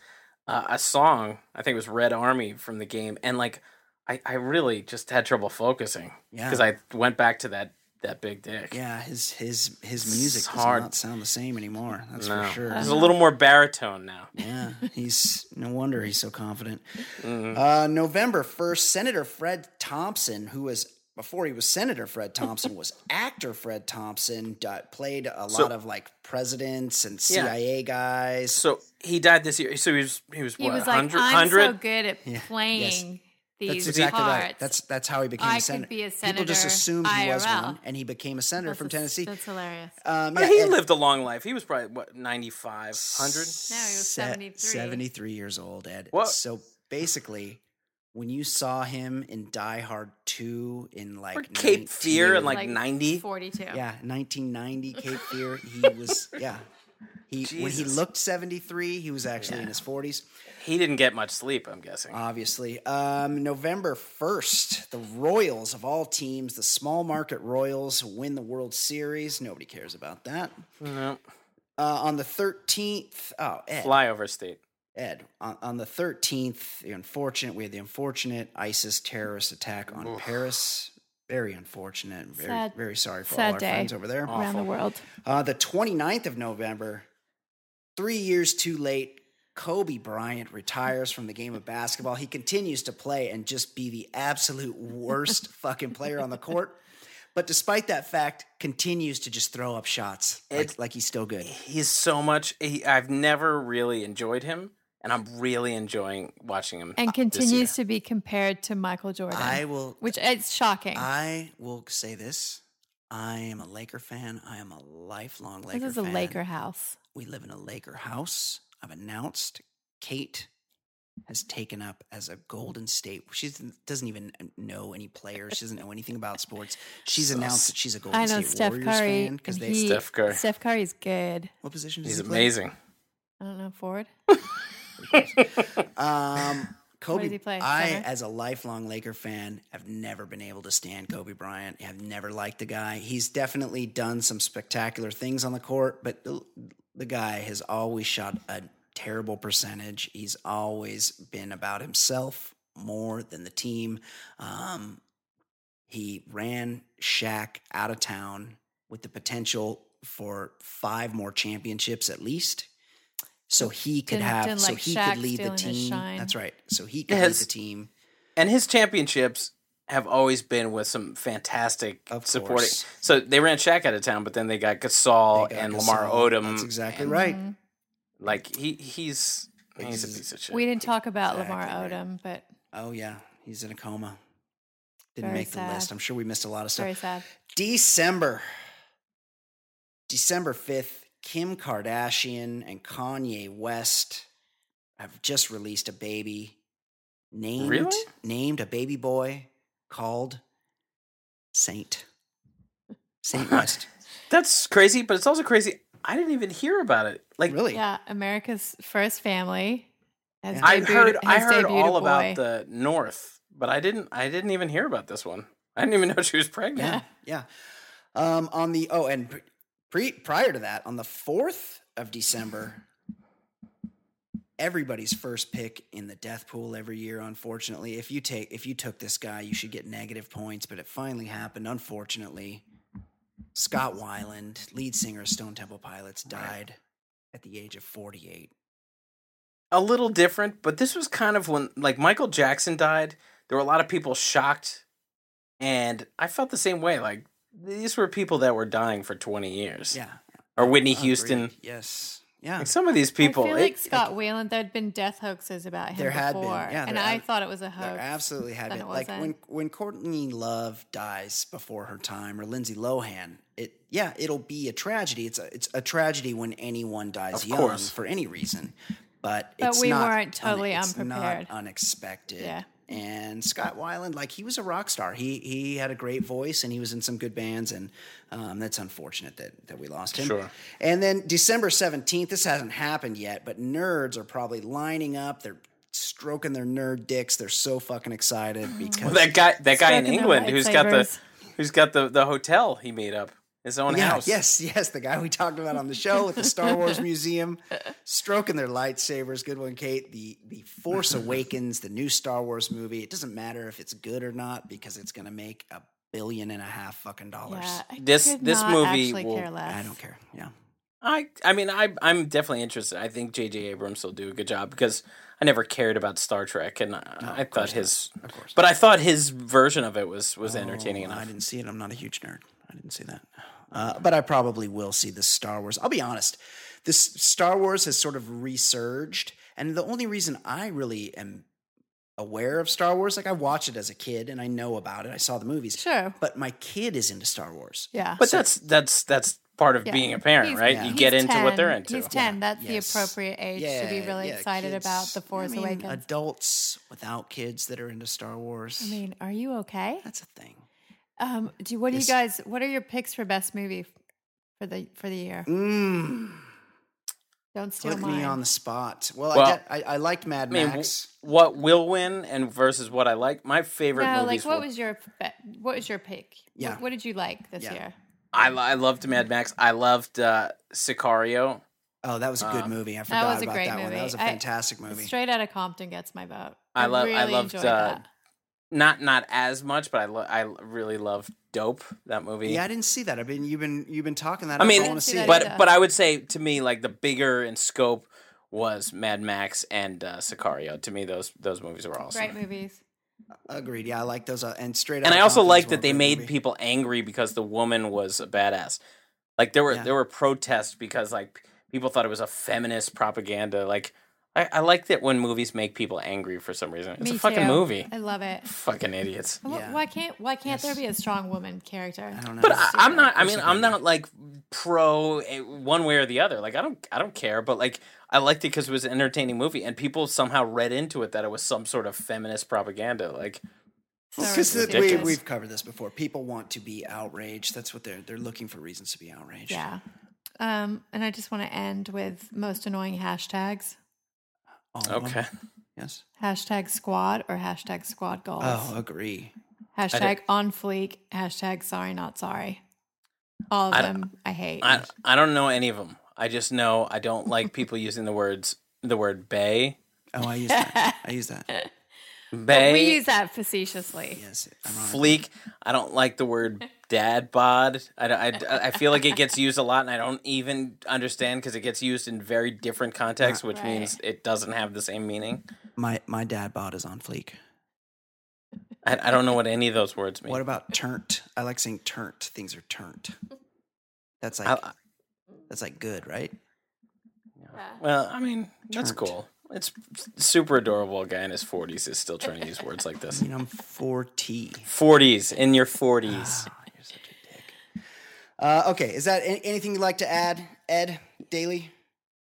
uh, a song. I think it was Red Army from the game, and like I, I really just had trouble focusing
yeah
because I went back to that that big dick.
yeah his his his
It's
music does
hard.
not sound the same anymore that's
No.
for sure
Uh-huh.
There's a little more baritone now.
yeah he's no wonder he's so confident
Mhm.
uh, november 1st senator fred thompson who was before he was senator fred thompson
*laughs*
was actor fred thompson di- played a lot
So-
of like presidents and
Yeah.
cia guys
So he died this year. So he was he was
He
what
was like,
100,
I'm
100?
so good at
Yeah, yes.
playing these
That's exactly
parts.
right. That's that's how he became
I
a
could
senator.
be a
People just
senator
assumed he was
IRL.
one, and he became a senator
That's
from
a-
Tennessee.
That's hilarious.
Um,
But
yeah,
he
and-
lived a long life. He was probably what 95, 100?
No, he was
Se-
73.
73 years old, Ed.
What?
So basically, when you saw him in Die Hard 2 in like
Or Cape Fear and
19
like, 90?
42. *laughs*
yeah, 1990 Cape Fear, he was yeah. He when he
Jesus.
looked 73, he was actually in his 40s.
He didn't get much sleep, I'm guessing.
Oh. Obviously. Um, November 1st, the Royals of all teams, the small market Royals win the World Series. Nobody cares about that.
no.
Uh, on the 13th, oh, Ed.
Flyover state.
Ed, on, on the 13th, the unfortunate, we had the unfortunate ISIS terrorist attack on Paris. Very unfortunate. Very,
Sad-
very sorry for all
sad
our
day.
friends over there.
around the world.
Uh, the 29th of November, three years too late, Kobe Bryant retires from the game of basketball. He continues to play and just be the
*laughs*
absolute worst fucking player on the court. But despite that fact, continues to just throw up shots like,
It's-
like he's still good.
He's so much. He, I've never really enjoyed him, and I'm really enjoying watching him.
And
this year.
continues to be compared to Michael Jordan,
I will
which it's shocking.
I will say this. I am a Laker fan. I am a lifelong Laker
this is a
fan.
Laker house.
We live in a Laker house. I've announced Kate has taken up as a Golden State. She doesn't- doesn't even know any players. She doesn't know anything about sports.
*laughs*
She's announced that she's a Golden
I know
State
Steph
Warriors
Curry.
fan because
and
they.
he-
Steph Curry.
Steph Curry's good.
what position does
He's
he play?
amazing.
I don't know forward. *laughs*
Um, Kobe.
does he play?
I,
Center?
as a lifelong Laker fan, have never been able to stand Kobe Bryant. I've never liked the guy. He's definitely done some spectacular things on the court, but the, the guy has always shot a terrible percentage. He's always been about himself more than the team. Um, he ran Shaq out of town with the potential for five more championships at least. So he could
Didn't-
have,
didn't
so
like
he
Shaq
could lead the
stealing his
team.
shine.
That's right. So he could lead
Yes.
the team.
And his championships have always been with some fantastic
Of
supporting.
course.
So they ran Shaq out of town, but then they got Gasol
They got
and
Gasol.
Lamar Odom.
That's exactly
and,
right.
Like he he's he's a piece of shit.
Mm-hmm. We didn't talk about Lamar
Exactly right.
Odom, but
Oh yeah, he's in a coma. Didn't
Very
make the list.
sad.
I'm sure we missed a lot of
very
stuff.
sad.
December. December 5th, Kim Kardashian and Kanye West have just released a baby named
Really?
named a baby boy called Saint.
*laughs*
Saint West.
That's crazy, but it's also crazy. I didn't even hear about it. Like
really?
Yeah, America's first family. Has
I
debuted-
heard I
has
heard
debuted a
all
boy.
about the North, but I didn't I didn't even hear about this one. I didn't even know she was pregnant. *laughs*
Yeah. Yeah. Um, on the oh, and pre, pre prior to that, on the fourth of December, everybody's first pick in the death pool every year. Unfortunately, if you take if you took this guy, you should get negative points. But it finally happened. Unfortunately, Scott Weiland, lead singer of Stone Temple Pilots, died at the age of forty eight.
a little different, but this was kind of when like Michael Jackson died, there were a lot of people shocked and I felt the same way. Like these were people that were dying for 20 years.
Yeah.
Or Whitney Houston.
Agreed. Yes. Yeah.
Like some of these people
I feel
it-
like Scott Whelan, there'd been death hoaxes about him
There had been,
before,
yeah,
and
there
I
ab-
thought it was a hoax.
There absolutely had
then
been
it
like when
wasn't.
when Courtney Love dies before her time or Lindsay Lohan. It yeah, it'll be a tragedy. It's a it's a tragedy when anyone dies
Of
young
course.
for any reason. But
But
it's
we
not
weren't totally
it's not
unprepared.
unexpected.
Yeah.
And Scott Weiland, like he was a rock star. He he had a great voice and he was in some good bands. And um, that's unfortunate that that we lost him.
Sure.
And then December 17th, this hasn't happened yet, but nerds are probably lining up. They're stroking their nerd dicks. They're so fucking excited because
that guy that guy
Stroking
in
their
England who's got the
lightsabers.
who's got the the hotel he made up his own
yeah,
house.
yes, yes, the guy we talked about on the show at the
*laughs*
Star Wars Museum, stroking their lightsabers. Good one, Kate. The the
*laughs*
Force Awakens, the new Star Wars movie. It doesn't matter if it's good or not because it's gonna make a billion and a half fucking dollars.
yeah, uh, I
This-
could
this
not
movie
actually
will-
care less.
I don't care. Yeah.
I I mean I I'm definitely interested. I think J.J. Abrams will do a good job because I never cared about Star Trek, and I, I thought his,
Of course.
but I thought his version of it was was entertaining
Oh, I
enough.
didn't see it. I'm not a huge nerd. I didn't see that. Uh, but I probably will see the Star Wars. I'll be honest. This Star Wars has sort of resurged. And the only reason I really am aware of Star Wars, like I watched it as a kid and I know about it. I saw the movies.
Sure.
But my kid is into Star Wars.
Yeah,
But that's that's that's part of
Yeah.
being a parent,
He's-
right?
yeah.
You
He's
get into what they're
10.
into.
He's ten. That's
Yes.
the appropriate age to be really
yeah,
excited
kids-
about the Force
I mean,
Awakens.
Adults without kids that are into Star Wars.
I mean, are you okay?
that's a thing.
Um, do what do you
This-
guys? What are your picks for best movie for the for the year?
Mm.
Don't steal
Put
mine.
me on the spot. Well,
Well,
I, get, I I liked Mad
I mean, w-
Max.
what will win and versus what I like. My favorite
no, like
movies.
what
were-
was your be- what was your pick? What-
Yeah.
What, did you like this
Yeah.
year?
I, lo- I loved Mad Max. I loved uh, Sicario.
oh, that was a good
um,
movie. I
that
forgot
was a
about
great
that one. That
movie.
was a
I-
fantastic movie.
Straight out of Compton gets my vote.
I love- I
Really
loved,
enjoyed
uh,
that.
Not not as much, but I lo- I really loved Dope. That movie.
yeah, I didn't see that. I've been you've been you've been talking that.
I
up.
mean,
I want
Didn't
to
see
see
that
it.
but
either.
but I would say to me like the bigger in scope was Mad Max and uh, Sicario. To me, those those movies were awesome.
Great movies.
Agreed. Yeah, I like those. Uh, and straight.
and
Outta
I also
Compton's
like
were a
that they
great
made
movie.
people angry because the woman was a badass. Like there were
Yeah.
there were protests because like people thought it was a feminist propaganda. Like I, I like that when movies make people angry for some reason. It's
Me
a fucking
too.
movie.
I love it.
*laughs*
*laughs*
Fucking idiots.
Wh-
Yeah.
Why can't why can't there
Yes.
be a strong woman character?
I don't know. *laughs*
But I,
Yeah,
I'm not. I
of
mean,
course I
I'm
agree.
not like pro eh, one way or the other. Like I don't. I don't care. But like I liked it because it was an entertaining movie, and people somehow read into it that it was some sort of feminist propaganda. Like
So
Because we,
ridiculous.
we've covered this before. People want to be outraged. That's what they're they're looking for reasons to be outraged.
yeah. Um, and I just want to end with most annoying hashtags:
All of them.
okay,
Yes.
hashtag squad or hashtag squad goals,
Oh, agree.
hashtag on fleek, hashtag sorry not sorry. All of
I don't-
them I hate.
I I don't know any of them. I just know I don't like people using the words the word bay
Oh, I use that. I use that.
*laughs* bay
we use that facetiously.
Yes. ironic.
fleek. I don't like the
*laughs*
word dad bod. I, don't- I, I feel like it gets used a lot, and I don't even understand because it gets used in very different contexts, which
Right.
means it doesn't have the same meaning.
My my dad bod is on fleek.
I, I don't know what any of those words mean.
What about turnt? I like saying turnt. Things are turnt. That's like
I-
that's like good, right?
well, I mean, that's
Turnt.
cool. It's super adorable. A guy in his 40s is still trying to use words like
I
*laughs*
this.
mean, I'm 40.
40s, in your 40s.
Ah, you're such a dick. Uh, okay, is that an- anything you'd like to add, Ed Daily?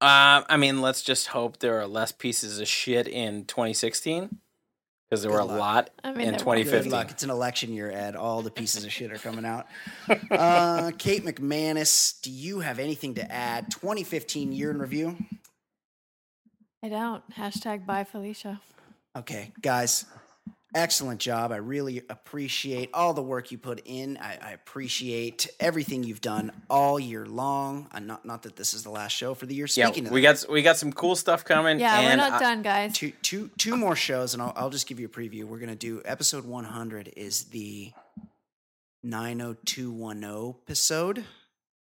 Uh, I mean, let's just hope there are less pieces of shit in 2016 because there
Good
were a
luck.
lot
I mean,
in
there were. Good
Good
2015.
luck. It's an election year, Ed. All the pieces of shit are coming out. Uh, Kate McManus, do you have anything to add? 2015 year in review.
I don't. Hashtag bye Felicia.
Okay, guys, excellent job. I really appreciate all the work you put in. I, I appreciate everything you've done all year long. i not not that this is the last show for the year.
Yeah,
Speaking of
we
that,
got s- we got some cool stuff coming.
Yeah, we're
and
not
I-
done, guys.
two two two more shows, and I'll, I'll just give you a preview. We're gonna do episode 100 is the 90210 episode.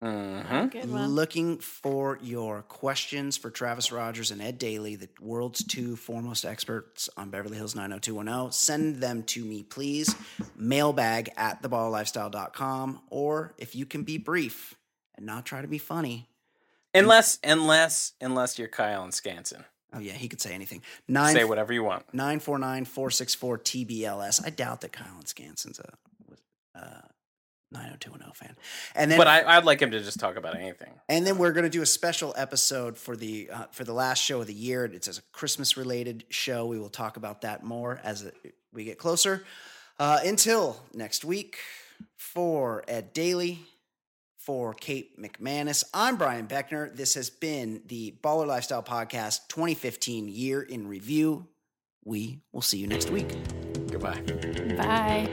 Mhm.
Good one.
Looking for your questions for Travis Rogers and Ed Daly, the world's two foremost experts on Beverly Hills 90210. Send them to me, please. Mailbag at theballlifestyle.com. Or if you can be brief and not try to be funny.
Unless unless unless you're Kyle and Scanson,
Oh, yeah, he could say anything. Nine,
say whatever you want.
949 464 TBLS. I doubt that Kyle and Scanson's a uh, 90210 fan. And then
But I, I'd like him to just talk about anything.
And then we're going to do a special episode for the uh, for the last show of the year. It's a Christmas related show. We will talk about that more as it, we get closer. Uh, until next week, for Ed Daly, for Kate McManus, I'm Brian Beckner. This has been the Baller Lifestyle Podcast 2015 Year in Review. We will see you next week.
Goodbye.
Bye.